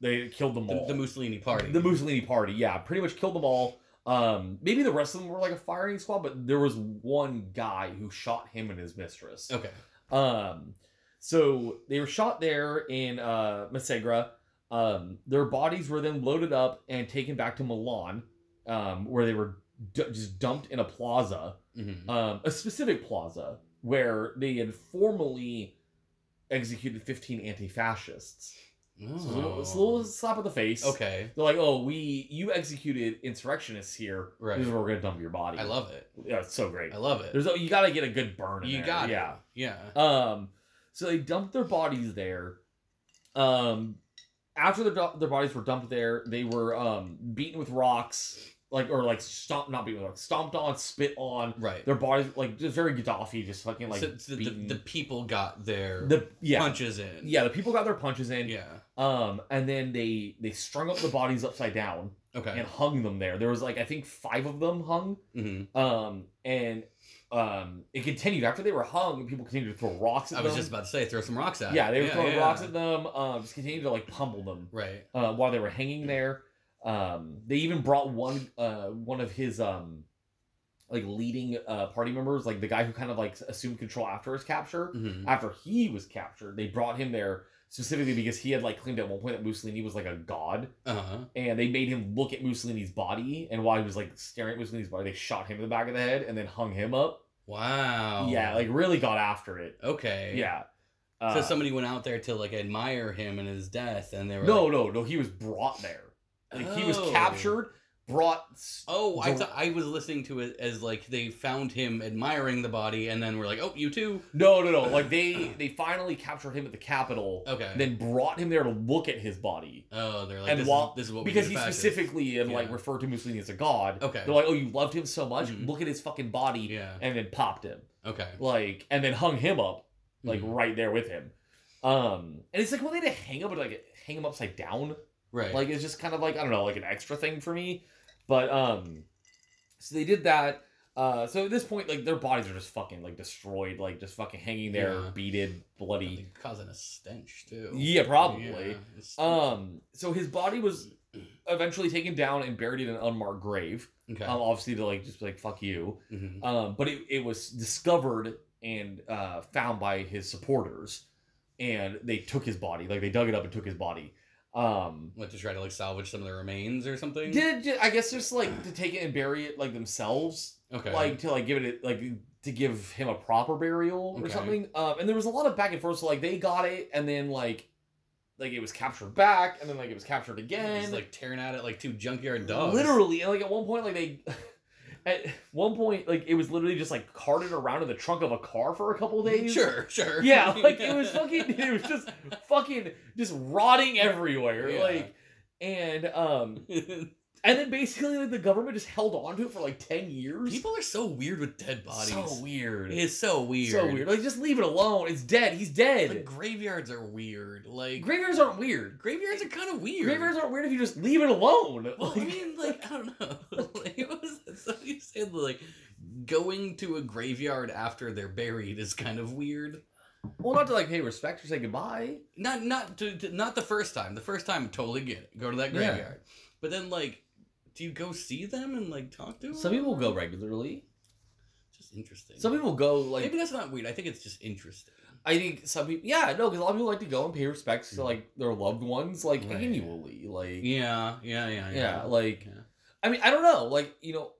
they killed them The, all. the Mussolini party. The Mussolini party, yeah, pretty much killed them all. Um, maybe the rest of them were like a firing squad, but there was one guy who shot him and his mistress. Okay. Um, so they were shot there in uh, Masegra. Um, their bodies were then loaded up and taken back to Milan, um, where they were d- just dumped in a plaza, Mhm. um, a specific plaza where they had formally executed 15 anti-fascists. So it's a little- it's a little slap in the face. Oh. Okay. They're like, oh, we you executed insurrectionists here. Right. This is where we're gonna dump your body. I love it. Yeah, it's so great. I love it. There's a, you gotta get a good burn. In you there. got it. yeah. Yeah. Um, so they dumped their bodies there. Um, after their, do- their bodies were dumped there, they were um beaten with rocks, like or like stomped, not beaten with rocks, stomped on, spit on. Right. Their bodies like just very Gaddafi, just fucking like So- so the, beaten. the people got their The- yeah punches in. yeah the people got their punches in. Yeah. Um, and then they they strung up the bodies upside down Okay. and hung them there. There was like I think five of them hung. hmm Um, and um, it continued after they were hung. People continued to throw rocks at I was them. just about to say, throw some rocks at. Yeah, they were them. throwing yeah. rocks at them. Um, just continued to like pummel them Right. uh, while they were hanging there. Um, they even brought one uh, one of his um, like leading uh, party members, like the guy who kind of like assumed control after his capture. hmm After he was captured, they brought him there specifically because he had like claimed at one point that Mussolini was like a god, Uh huh. and they made him look at Mussolini's body. And while he was like staring at Mussolini's body, they shot him in the back of the head and then hung him up. Oh, Wow. Yeah, like really got after it. Okay. Yeah. Uh, So somebody went out there to like admire him and his death, and they were No, like, no, no. He was brought there. Like, He was Oh. captured, brought. s- Oh, I Dor- thought I was listening to it as like they found him admiring the body, and then we're like, oh, you too. No, no, no. Like they they finally captured him at the Capitol, Okay. then brought him there to look at his body oh, they're like, and this, while- is, this is what because he we do to fascists. specifically and like Yeah. referred to Mussolini as a god. Okay. They're like, oh, you loved him so much. Mhm. Look at his fucking body, yeah. and then popped him Okay. like, and then hung him up like Mhm. right there with him. Um, and it's like well, they had to hang up like hang him upside down. Right. Like it's just kind of like I don't know, like an extra thing for me. But um so they did that. Uh so at this point, like their bodies are just fucking like destroyed, like just fucking hanging there, Yeah. beaded, bloody. causing a stench too. Yeah, probably. Yeah, it's- Um so his body was eventually taken down and buried in an unmarked grave. okay. Um obviously to like just be like fuck you. Mhm. Um but it, it was discovered and uh found by his supporters and they took his body, like they dug it up and took his body. Um What to try to like salvage some of the remains or something? Did it, I guess just like to take it and bury it like themselves, okay. like to like give it like to give him a proper burial or Okay. something. Um, and there was a lot of back and forth. So like they got it, and then like like it was captured back, and then like it was captured again. just like tearing at it like two junkyard dogs. literally, and like at one point, like they at one point like it was literally just like carted around in the trunk of a car for a couple days. Sure. Sure. Yeah, like it was fucking it was just fucking just rotting everywhere. Yeah. Like and um and then basically, like the government just held on to it for like ten years. People are so weird with dead bodies. so weird. It is so weird. So weird. Like just leave it alone. It's dead. He's The dead. graveyards are weird. Like Graveyards aren't weird. graveyards are kind of weird. Graveyards aren't weird if you just leave it alone. Well, I Like, mean, like I don't know. like, what was that? So you said like going to a graveyard after they're buried is kind of weird. well, not to like pay respect or say goodbye. Not not to, to- not the first time. The first time, totally get it. Go to that Yeah. graveyard. But then like, do you go see them and like talk to them? regularly. Just interesting. people go like maybe that's not weird. I think it's just interesting. I think some people. Yeah, no, because a lot of people like to go and pay respects to like their loved ones like Right. annually. Like Yeah, yeah, yeah, yeah. Yeah, like Yeah. I mean, I don't know. Like you know,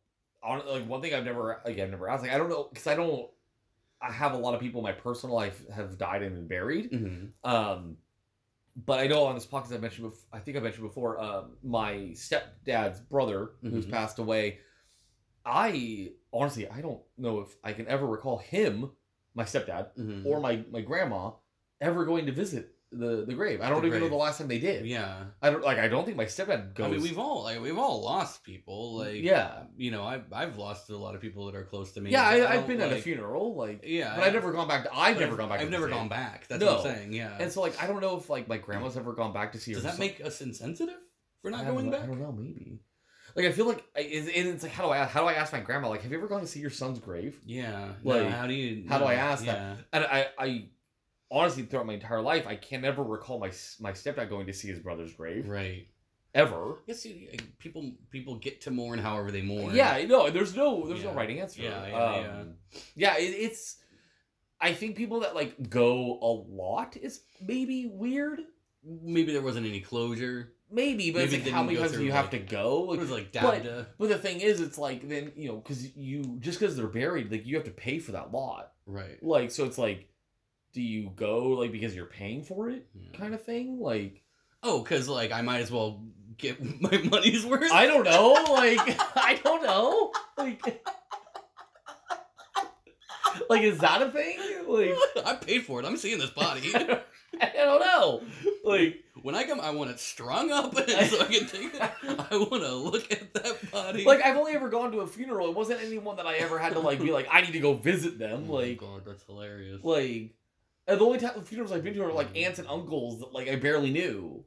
on, like one thing I've never like I've never asked. Like I don't know because I don't. I have a lot of people in my personal life have died and been buried. hmm Um, but I know on this podcast I mentioned, bef- I think I mentioned before, um, my stepdad's brother who's Mhm. passed away. I honestly, I don't know if I can ever recall him, my stepdad, hmm or my my grandma ever going to visit the the grave. I don't The even know grave. the last time they did. yeah. I don't like. I don't think my stepdad goes. I mean, we've all like we've all lost people. Like yeah, you know, I've I've lost a lot of people that are close to me. yeah. but I, I've don't, been at a like- funeral, like, Yeah, but I've never gone back. To, I've never gone back. I've to never visit. gone back. That's what No. I'm saying. Yeah. And so, like, I don't know if like my grandma's ever gone back to see her. Does that son. make us insensitive for I not don't going know- back? I don't know. Maybe. Like, I feel like I, it's, and it's like how do I how do I ask my grandma like Have you ever gone to see your son's grave? Yeah. Like, no, how do you? how do I no, ask that? yeah. And I I honestly throughout my entire life I can never recall my s- my stepdad going to see his brother's grave Right. ever. I guess you, like, people people get to mourn however they mourn. Yeah, no, there's no there's no Yeah. right answer. Yeah, yeah, um, yeah. it, it's. I think people that like go a lot is maybe weird, Maybe there wasn't any closure. maybe, but it's Maybe like they how didn't many go times do through, you have like- to go? It Like, was like but- Dabda. but the thing is, it's like then you know because you just because they're buried, like you have to pay for that lot. Right. Like so, it's like, do you go like because you're paying for it, Yeah. kind of thing? Like Oh, because like I might as well get my money's worth. I don't know. Like I don't know. Like. Like is that a thing? Like I paid for it. I'm seeing this body. I don't know. Like when I come, I want it strung up so I can take it. I want to look at that body. like I've only ever gone to a funeral. It wasn't anyone that I ever had to like be like I need to go visit them. oh my Like God, that's hilarious. like and the only type of funerals I've been to are like aunts and uncles that like I barely knew.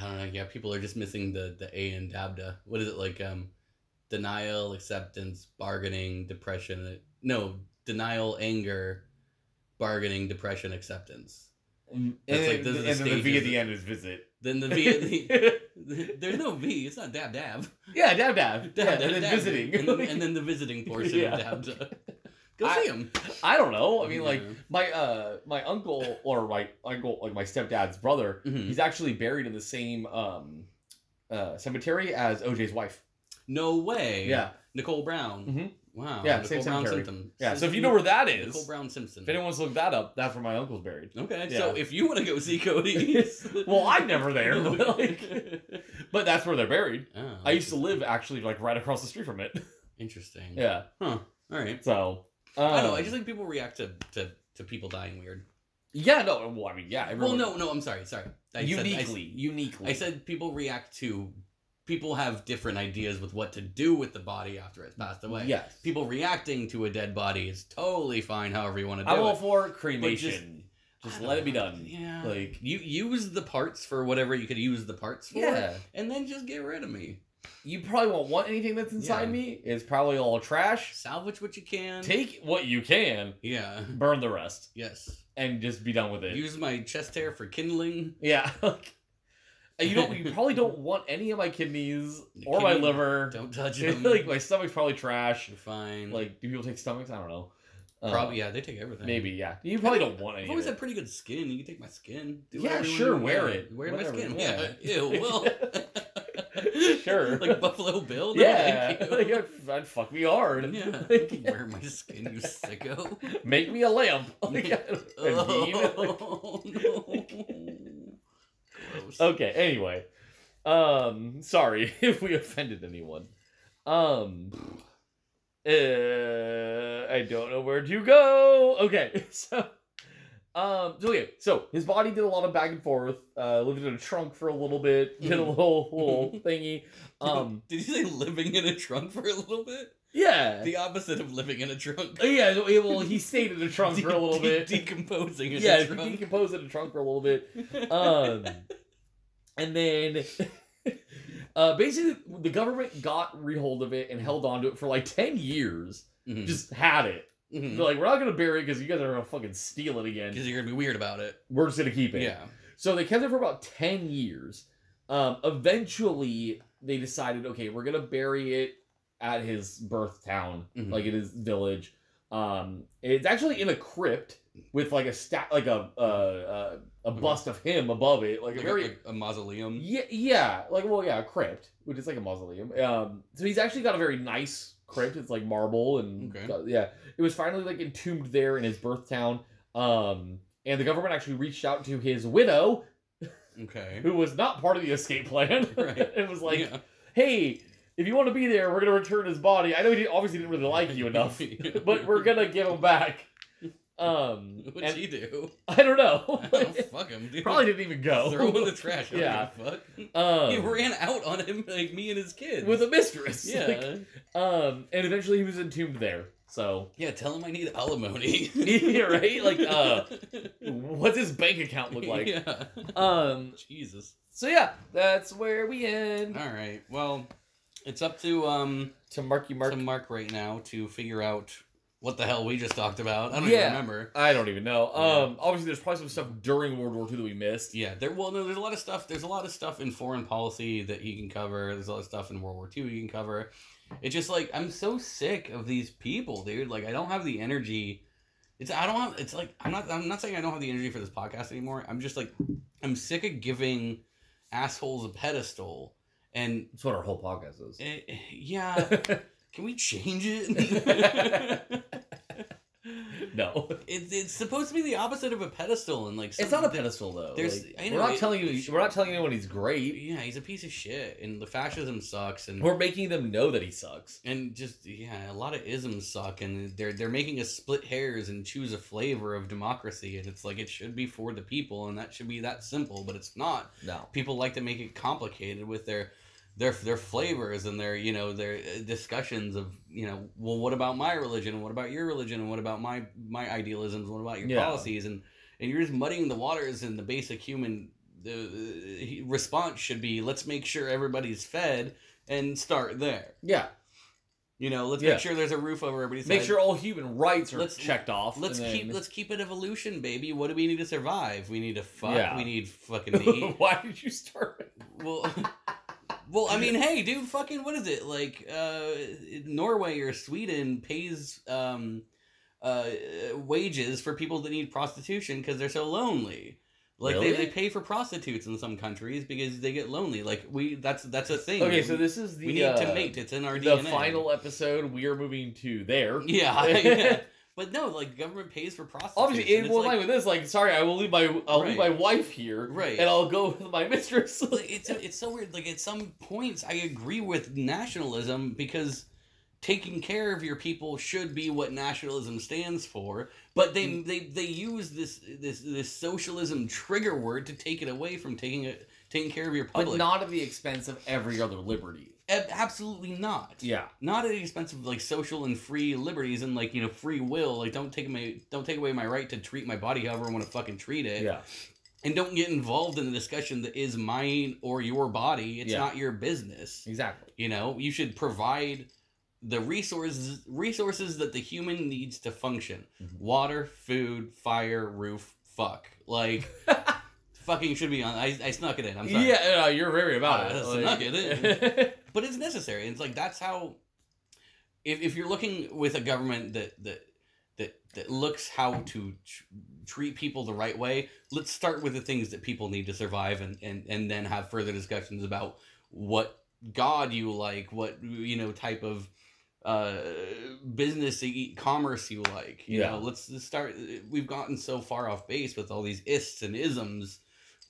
I don't know. Yeah, people are just missing the the A in Dabda. What is it like? Um, denial, acceptance, bargaining, depression. uh, No, denial, anger, bargaining, depression, acceptance. Mm, And, That's like- then- those are the and then the V at stages the that- end is visit. Then the V. the, there's no V. It's not dab dab. yeah, dab dab. yeah, Dab, dab, and then dab. visiting. And then, and then the visiting portion Yeah. of dab dab. Go I- see him. I don't know. I mean, like my uh my uncle or my uncle like my stepdad's brother. Mhm. He's actually buried in the same um uh cemetery as OJ's wife. no way. Yeah. Nicole Brown. Mhm. Wow. Yeah, Nicole same Brown cemetery. Simpson. Yeah, so if Simpson- you know where that Nicole is, Brown Simpson. if anyone wants to look that up, that's where my uncle's buried. Okay, Yeah. so if you want to go see Cody, Well, I'm never there, but, But that's where they're buried. Oh, I used to live actually like right across the street from it. Interesting. yeah. All right. So um, I don't know. I just think people react to, to, to people dying weird. yeah no well I mean yeah everyone, Well, no, no. I'm sorry. Sorry. I uniquely Said, uniquely I, I said people react to. People have different ideas with what to do with the body after it's passed away. yes People reacting to a dead body is totally fine. However you want to do I'm all it. for cremation. I Just, don't let it be know. done. Yeah. Like you use the parts for whatever you could use the parts for, yeah, and then just get rid of me. you probably won't want anything that's inside Yeah. me. It's probably all trash. Salvage what you can. Take what you can, Yeah. burn the rest, Yes. and just be done with it. Use my chest hair for kindling. yeah. like, you don't. You probably don't want any of my kidneys or my Kidney- liver. Don't touch them. like my stomach's probably trash. You're fine. Like, do people take stomachs? I don't know. Uh, probably yeah, they take everything. Maybe, yeah. You probably don't want I've any. always Of had it. pretty good skin. You can take my skin. Do Yeah, whatever you sure, wanna do. wear Yeah, it. Wear Whatever, my skin. yeah. Yeah. Ew. Well. Sure. like Buffalo Bill. No, yeah, thank you. like, I'd, I'd fuck me hard. Yeah. Like, Wear my skin, you sicko. Make me a lamp. Like, and bean, like- oh no. Gross. okay anyway um sorry if we offended anyone um uh, i don't know where to go okay so um so okay so his body did a lot of back and forth uh lived in a trunk for a little bit did a Mhm. little little thingy um Did you say living in a trunk for a little bit? yeah The opposite of living in a trunk. yeah so- well he stayed in a trunk for a little De- bit de- Decomposing in yeah a he trunk. decomposed in a trunk for a little bit um, and then uh, basically the government got rehold of it and held on to it for like 10 years Mhm. just had it Mhm. they're like we're not gonna bury it because you guys are gonna fucking steal it again because you're gonna be weird about it. we're just gonna keep it Yeah. so they kept it for about 10 years um, eventually they decided okay we're gonna bury it at his birth town Mhm. like in his village um, it's actually in a crypt with like a stat like a uh, Mm-hmm. uh, a Okay. bust of him above it like a Like very a, a mausoleum. yeah, yeah, like well, yeah, a crypt, which is like a mausoleum. Um, so he's actually got a very nice crypt. It's like marble and Okay. yeah, it was finally like entombed there in his birth town. Um, and the government actually reached out to his widow, Okay. who was not part of the escape plan. Right. it was like, Yeah. hey, if you want to be there, we're gonna return his body. I know he didn't- obviously didn't really like you enough, but we're gonna give him back. Um, What'd and he do? I don't know. Oh, fuck him, dude. Probably didn't even go. throw him in the trash. Yeah. Yeah. Fuck. Um, he ran out on him like me and his kids. with a mistress. yeah. Like, um, and eventually he was entombed there. So yeah. Tell him I need alimony. yeah, right. Like, uh, what's his bank account look like? Yeah. Um. Jesus. So yeah, that's where we end. All right. Well, it's up to um To Marky Mark. to Mark right now to figure out what the hell we just talked about. I don't Yeah. even remember. I don't even know. Yeah. Um. Obviously, there's probably some stuff during World War II that we missed. Yeah, there. Well, no, there's a lot of stuff. There's a lot of stuff in foreign policy that he can cover. There's a lot of stuff in World War II he can cover. It's just like I'm so sick of these people, dude. Like I don't have the energy. It's I don't have. It's like I'm not. I'm not saying I don't have the energy for this podcast anymore. I'm just like I'm sick of giving assholes a pedestal. And That's what our whole podcast is. eh, eh, yeah, can we change it? no, It's it's supposed to be the opposite of a pedestal, and like it's some- not a pedestal though. there's- Like, I know, we're not it- telling you. We're not telling anyone he's great. Yeah, he's a piece of shit, and the fascism sucks, and We're making them know that he sucks. and just yeah, a lot of isms suck, and they're they're making us split hairs and choose a flavor of democracy, and it's like it should be for the people, and that should be that simple, but it's not. No. People like to make it complicated with their their their flavors and their you know their uh, discussions of you know well what about my religion and what about your religion and what about my my idealisms and what about your Yeah. policies and and you're just muddying the waters and the basic human the uh, he- response should be let's make sure everybody's fed and start there Yeah. you know, let's Yeah. make sure there's a roof over everybody's Make head. sure all human rights are Let's- checked off. Let's and keep then- let's keep it evolution, baby. What do we need to survive? We need to fuck. Yeah. We need fucking to eat. Why did you start? well, well, I mean, hey, dude, fucking what is it like? Uh, Norway or Sweden pays um, uh, wages for people that need prostitution because they're so lonely. Like Really? they, they pay for prostitutes in some countries because they get lonely. Like we, that's that's a thing. Okay, so this is the we need uh, to mate. It's in our the DNA. final episode. We are moving to there. Yeah, yeah. But no, like government pays for prostitutes. Obviously, and in it's one like, line with this, like, sorry, I will leave my I'll leave my Right. wife here, Right. and I'll go with my mistress. like, it's it's so weird. Like at some points, I agree with nationalism because taking care of your people should be what nationalism stands for. But Mm. they they they use this this this socialism trigger word to take it away from taking it taking care of your but public. not at the expense of every other liberty. Ab- absolutely not. Yeah, Not at the expense of like social and free liberties and like you know free will. Like don't take my don't take away my right to treat my body however I want to fucking treat it. yeah, and don't get involved in the discussion that is mine or your body. It's Yeah. not your business. exactly. You know, you should provide the resources resources that the human needs to function. Mhm. Water, food, fire, roof, fuck. Like fucking should be on I, I snuck it in. I'm sorry. Yeah, no, you're very about Uh, it. Ah, that's Like, not good. But it's necessary. It's like that's how if if you're looking with a government that that that, that looks how to tr- treat people the right way, let's start with the things that people need to survive and, and, and then have further discussions about what God you like, what, you know, type of uh, business e- commerce you like. You Yeah. know, let's just start. We've gotten so far off base with all these ists and isms.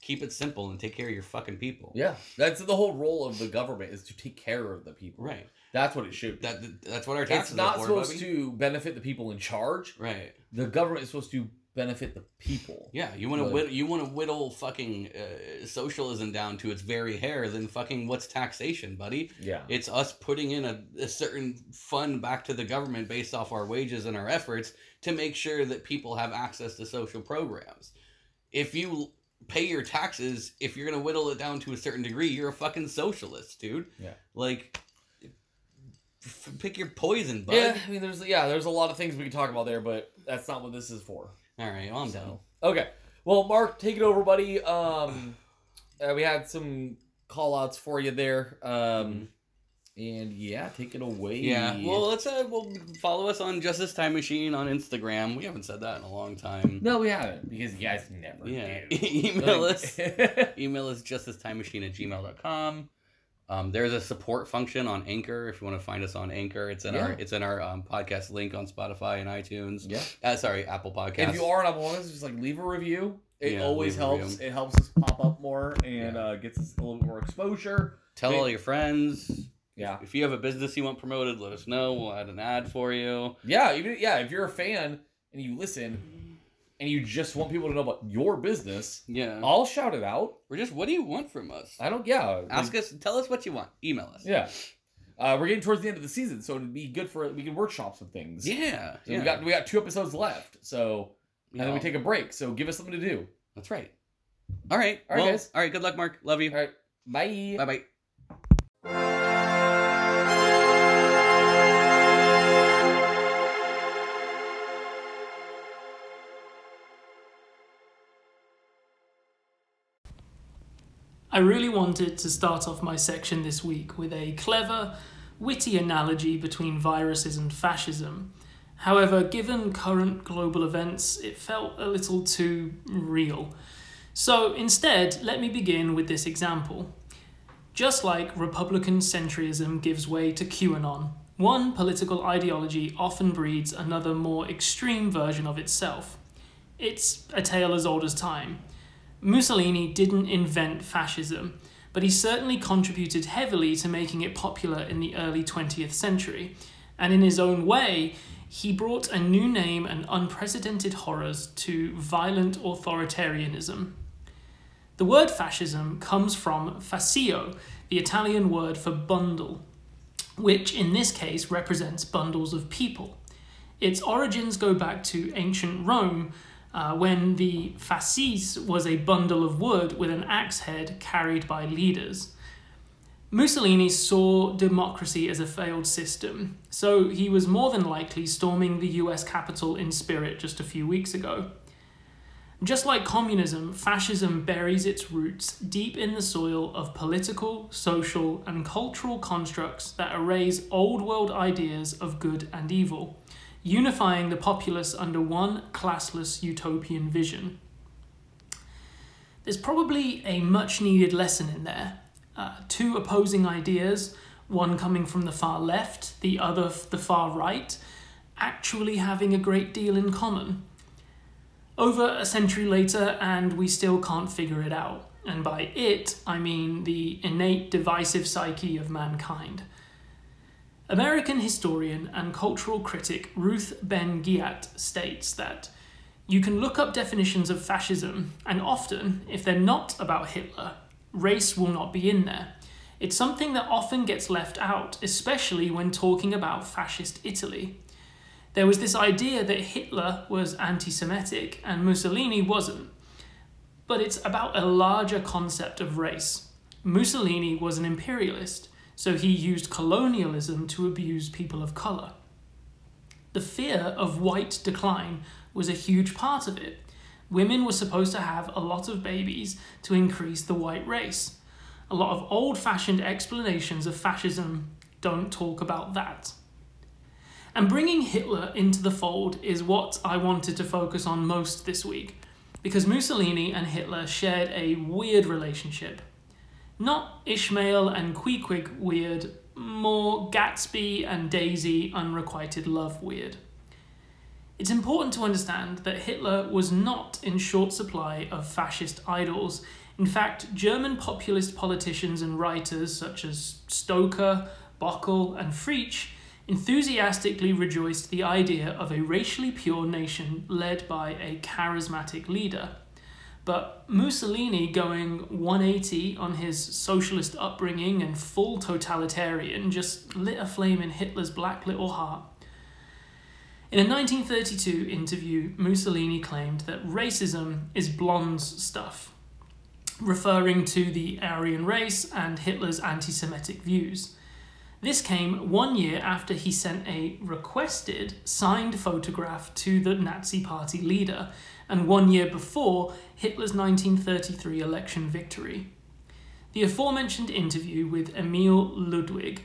Keep it simple and take care of your fucking people. yeah, that's the whole role of the government is to take care of the people. Right. That's what it should. be. That, that- that's what our taxes It's not are for, supposed Bubby. to benefit the people in charge. Right. The government is supposed to benefit the people. Yeah, you want to But- whittle, you want to whittle fucking uh, socialism down to its very hair. Then fucking what's taxation, buddy? Yeah. It's us putting in a, a certain fund back to the government based off our wages and our efforts to make sure that people have access to social programs. If you pay your taxes, if you're gonna whittle it down to a certain degree, you're a fucking socialist, dude. Yeah. Like, f- pick your poison, bud. yeah, I mean, there's yeah, there's a lot of things we can talk about there, but that's not what this is for. All right, well, I'm done. So, okay. Well, Mark, take it over, buddy. Um, uh, we had some call outs for you there. Um, and yeah, take it away. Yeah. Well, let's uh, well follow us on Justice Time Machine on Instagram. We haven't said that in a long time. no, we haven't because you guys never yeah. do. email Like- us. Email us justicetimemachine at gmail.com. Um, there's a support function on Anchor if you want to find us on Anchor. It's in our Yeah. it's in our um, podcast link on Spotify and iTunes. Yeah. Uh, sorry, Apple Podcasts. If you are on Apple Podcasts, just like leave a review. It Yeah, always leave a helps. It helps us pop up more and Yeah. uh, gets us a little bit more exposure. Tell all your friends. Yeah. If you have a business you want promoted, let us know. We'll add an ad for you. Yeah, even yeah, if you're a fan and you listen and you just want people to know about your business, Yeah. I'll shout it out. Or just what do you want from us? I don't yeah. like- Ask us. Tell us what you want. Email us. Yeah. Uh, we're getting towards the end of the season, so it'd be good for we can workshop some things. Yeah. So yeah. We got we got two episodes left, so and then we Yeah. take a break. So give us something to do. That's right. All right. All right, well, guys. All right. Good luck, Mark. Love you. All right. Bye. Bye bye. I really wanted to start off my section this week with a clever, witty analogy between viruses and fascism. However, given current global events, it felt a little too real. So instead, let me begin with this example. Just like Republican centrism gives way to QAnon, one political ideology often breeds another more extreme version of itself. It's a tale as old as time. Mussolini didn't invent fascism, but he certainly contributed heavily to making it popular in the early 20th century. And in his own way, he brought a new name and unprecedented horrors to violent authoritarianism. The word fascism comes from fascio, the Italian word for bundle, which in this case represents bundles of people. Its origins go back to ancient Rome, uh, when the fasces was a bundle of wood with an axe head carried by leaders. Mussolini saw democracy as a failed system, so he was more than likely storming the US capital in spirit just a few weeks ago. Just like communism, fascism buries its roots deep in the soil of political, social, and cultural constructs that erase old world ideas of good and evil unifying the populace under one classless utopian vision. There's probably a much needed lesson in there. Uh, two opposing ideas, one coming from the far left, the other f- the far right, actually having a great deal in common. Over a century later, and we still can't figure it out. And by it, I mean the innate divisive psyche of mankind. American historian and cultural critic Ruth Ben Giat states that you can look up definitions of fascism, and often, if they're not about Hitler, race will not be in there. It's something that often gets left out, especially when talking about fascist Italy. There was this idea that Hitler was anti Semitic and Mussolini wasn't, but it's about a larger concept of race. Mussolini was an imperialist, so he used colonialism to abuse people of colour. The fear of white decline was a huge part of it. Women were supposed to have a lot of babies to increase the white race. A lot of old fashioned explanations of fascism don't talk about that. And bringing Hitler into the fold is what I wanted to focus on most this week, because Mussolini and Hitler shared a weird relationship not Ishmael and Queequeg weird, more Gatsby and Daisy unrequited love weird. It's important to understand that Hitler was not in short supply of fascist idols. In fact, German populist politicians and writers such as Stoker, Bockel, and Frege enthusiastically rejoiced the idea of a racially pure nation led by a charismatic leader. But Mussolini going 180 on his socialist upbringing and full totalitarian just lit a flame in Hitler's black little heart. In a 1932 interview, Mussolini claimed that racism is blonde's stuff, referring to the Aryan race and Hitler's anti Semitic views. This came one year after he sent a requested signed photograph to the Nazi party leader, and one year before Hitler's 1933 election victory. The aforementioned interview with Emil Ludwig,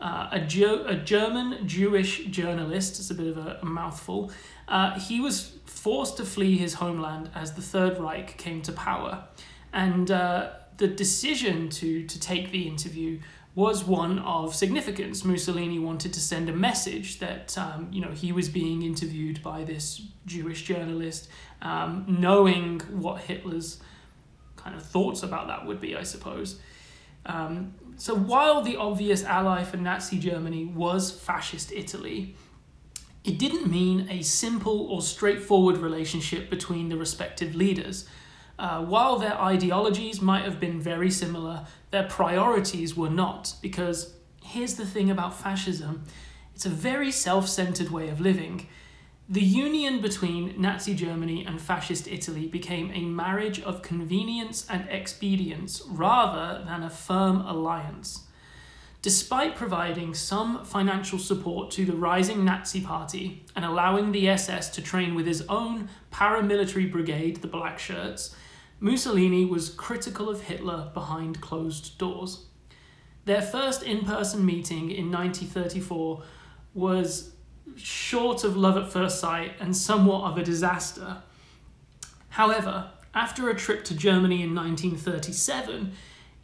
uh, a, Ge- a German Jewish journalist, it's a bit of a, a mouthful, uh, he was forced to flee his homeland as the Third Reich came to power. And uh, the decision to, to take the interview was one of significance. Mussolini wanted to send a message that um, you know he was being interviewed by this Jewish journalist, um, knowing what Hitler's kind of thoughts about that would be, I suppose. Um, so while the obvious ally for Nazi Germany was fascist Italy, it didn't mean a simple or straightforward relationship between the respective leaders. Uh, while their ideologies might have been very similar, their priorities were not, because here's the thing about fascism it's a very self centered way of living. The union between Nazi Germany and Fascist Italy became a marriage of convenience and expedience rather than a firm alliance. Despite providing some financial support to the rising Nazi Party and allowing the SS to train with his own paramilitary brigade, the Black Shirts, Mussolini was critical of Hitler behind closed doors. Their first in person meeting in 1934 was short of love at first sight and somewhat of a disaster. However, after a trip to Germany in 1937,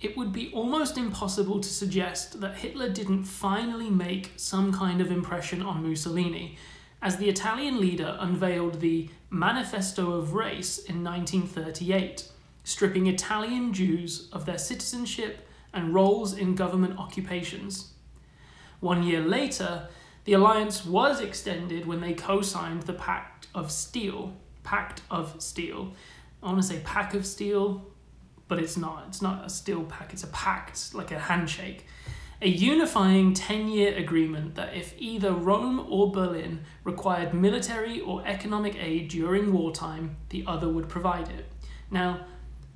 it would be almost impossible to suggest that Hitler didn't finally make some kind of impression on Mussolini, as the Italian leader unveiled the Manifesto of Race in 1938, stripping Italian Jews of their citizenship and roles in government occupations. One year later, the alliance was extended when they co signed the Pact of Steel. Pact of Steel. I want to say Pack of Steel, but it's not. It's not a steel pact, it's a pact, like a handshake. A unifying 10 year agreement that if either Rome or Berlin required military or economic aid during wartime, the other would provide it. Now,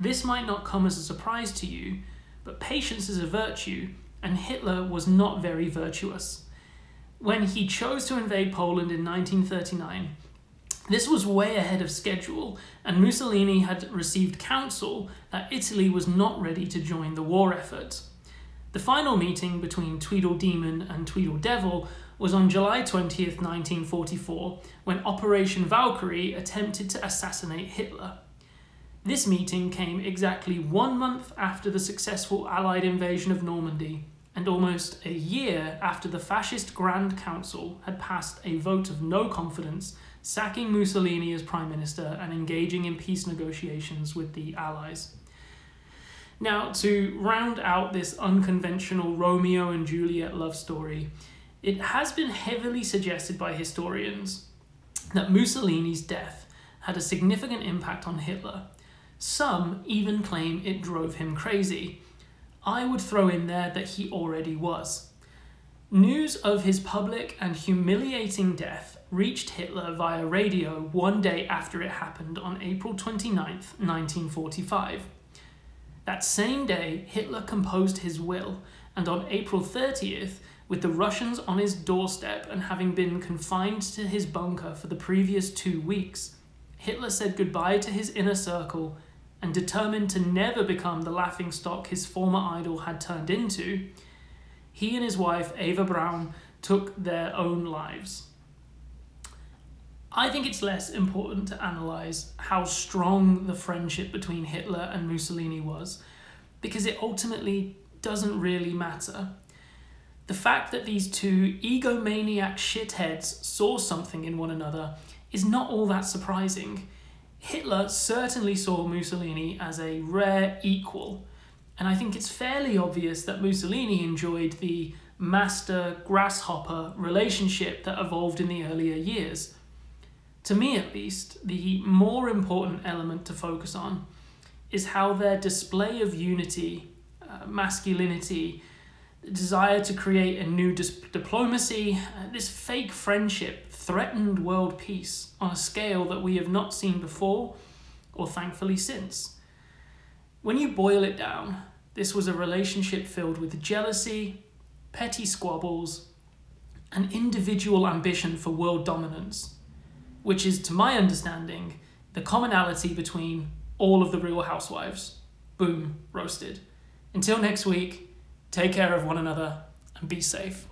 this might not come as a surprise to you, but patience is a virtue, and Hitler was not very virtuous. When he chose to invade Poland in 1939, this was way ahead of schedule, and Mussolini had received counsel that Italy was not ready to join the war effort. The final meeting between Tweedledemon and Tweedledevil was on July 20th, 1944, when Operation Valkyrie attempted to assassinate Hitler. This meeting came exactly one month after the successful Allied invasion of Normandy, and almost a year after the Fascist Grand Council had passed a vote of no confidence sacking Mussolini as prime minister and engaging in peace negotiations with the Allies. Now, to round out this unconventional Romeo and Juliet love story, it has been heavily suggested by historians that Mussolini's death had a significant impact on Hitler. Some even claim it drove him crazy. I would throw in there that he already was. News of his public and humiliating death reached Hitler via radio one day after it happened on April 29, 1945. That same day, Hitler composed his will, and on April 30th, with the Russians on his doorstep and having been confined to his bunker for the previous two weeks, Hitler said goodbye to his inner circle and determined to never become the laughingstock his former idol had turned into. He and his wife, Eva Braun, took their own lives. I think it's less important to analyse how strong the friendship between Hitler and Mussolini was, because it ultimately doesn't really matter. The fact that these two egomaniac shitheads saw something in one another is not all that surprising. Hitler certainly saw Mussolini as a rare equal, and I think it's fairly obvious that Mussolini enjoyed the master grasshopper relationship that evolved in the earlier years to me at least, the more important element to focus on is how their display of unity, uh, masculinity, desire to create a new dis- diplomacy, uh, this fake friendship threatened world peace on a scale that we have not seen before or thankfully since. When you boil it down, this was a relationship filled with jealousy, petty squabbles, and individual ambition for world dominance which is, to my understanding, the commonality between all of the real housewives. Boom, roasted. Until next week, take care of one another and be safe.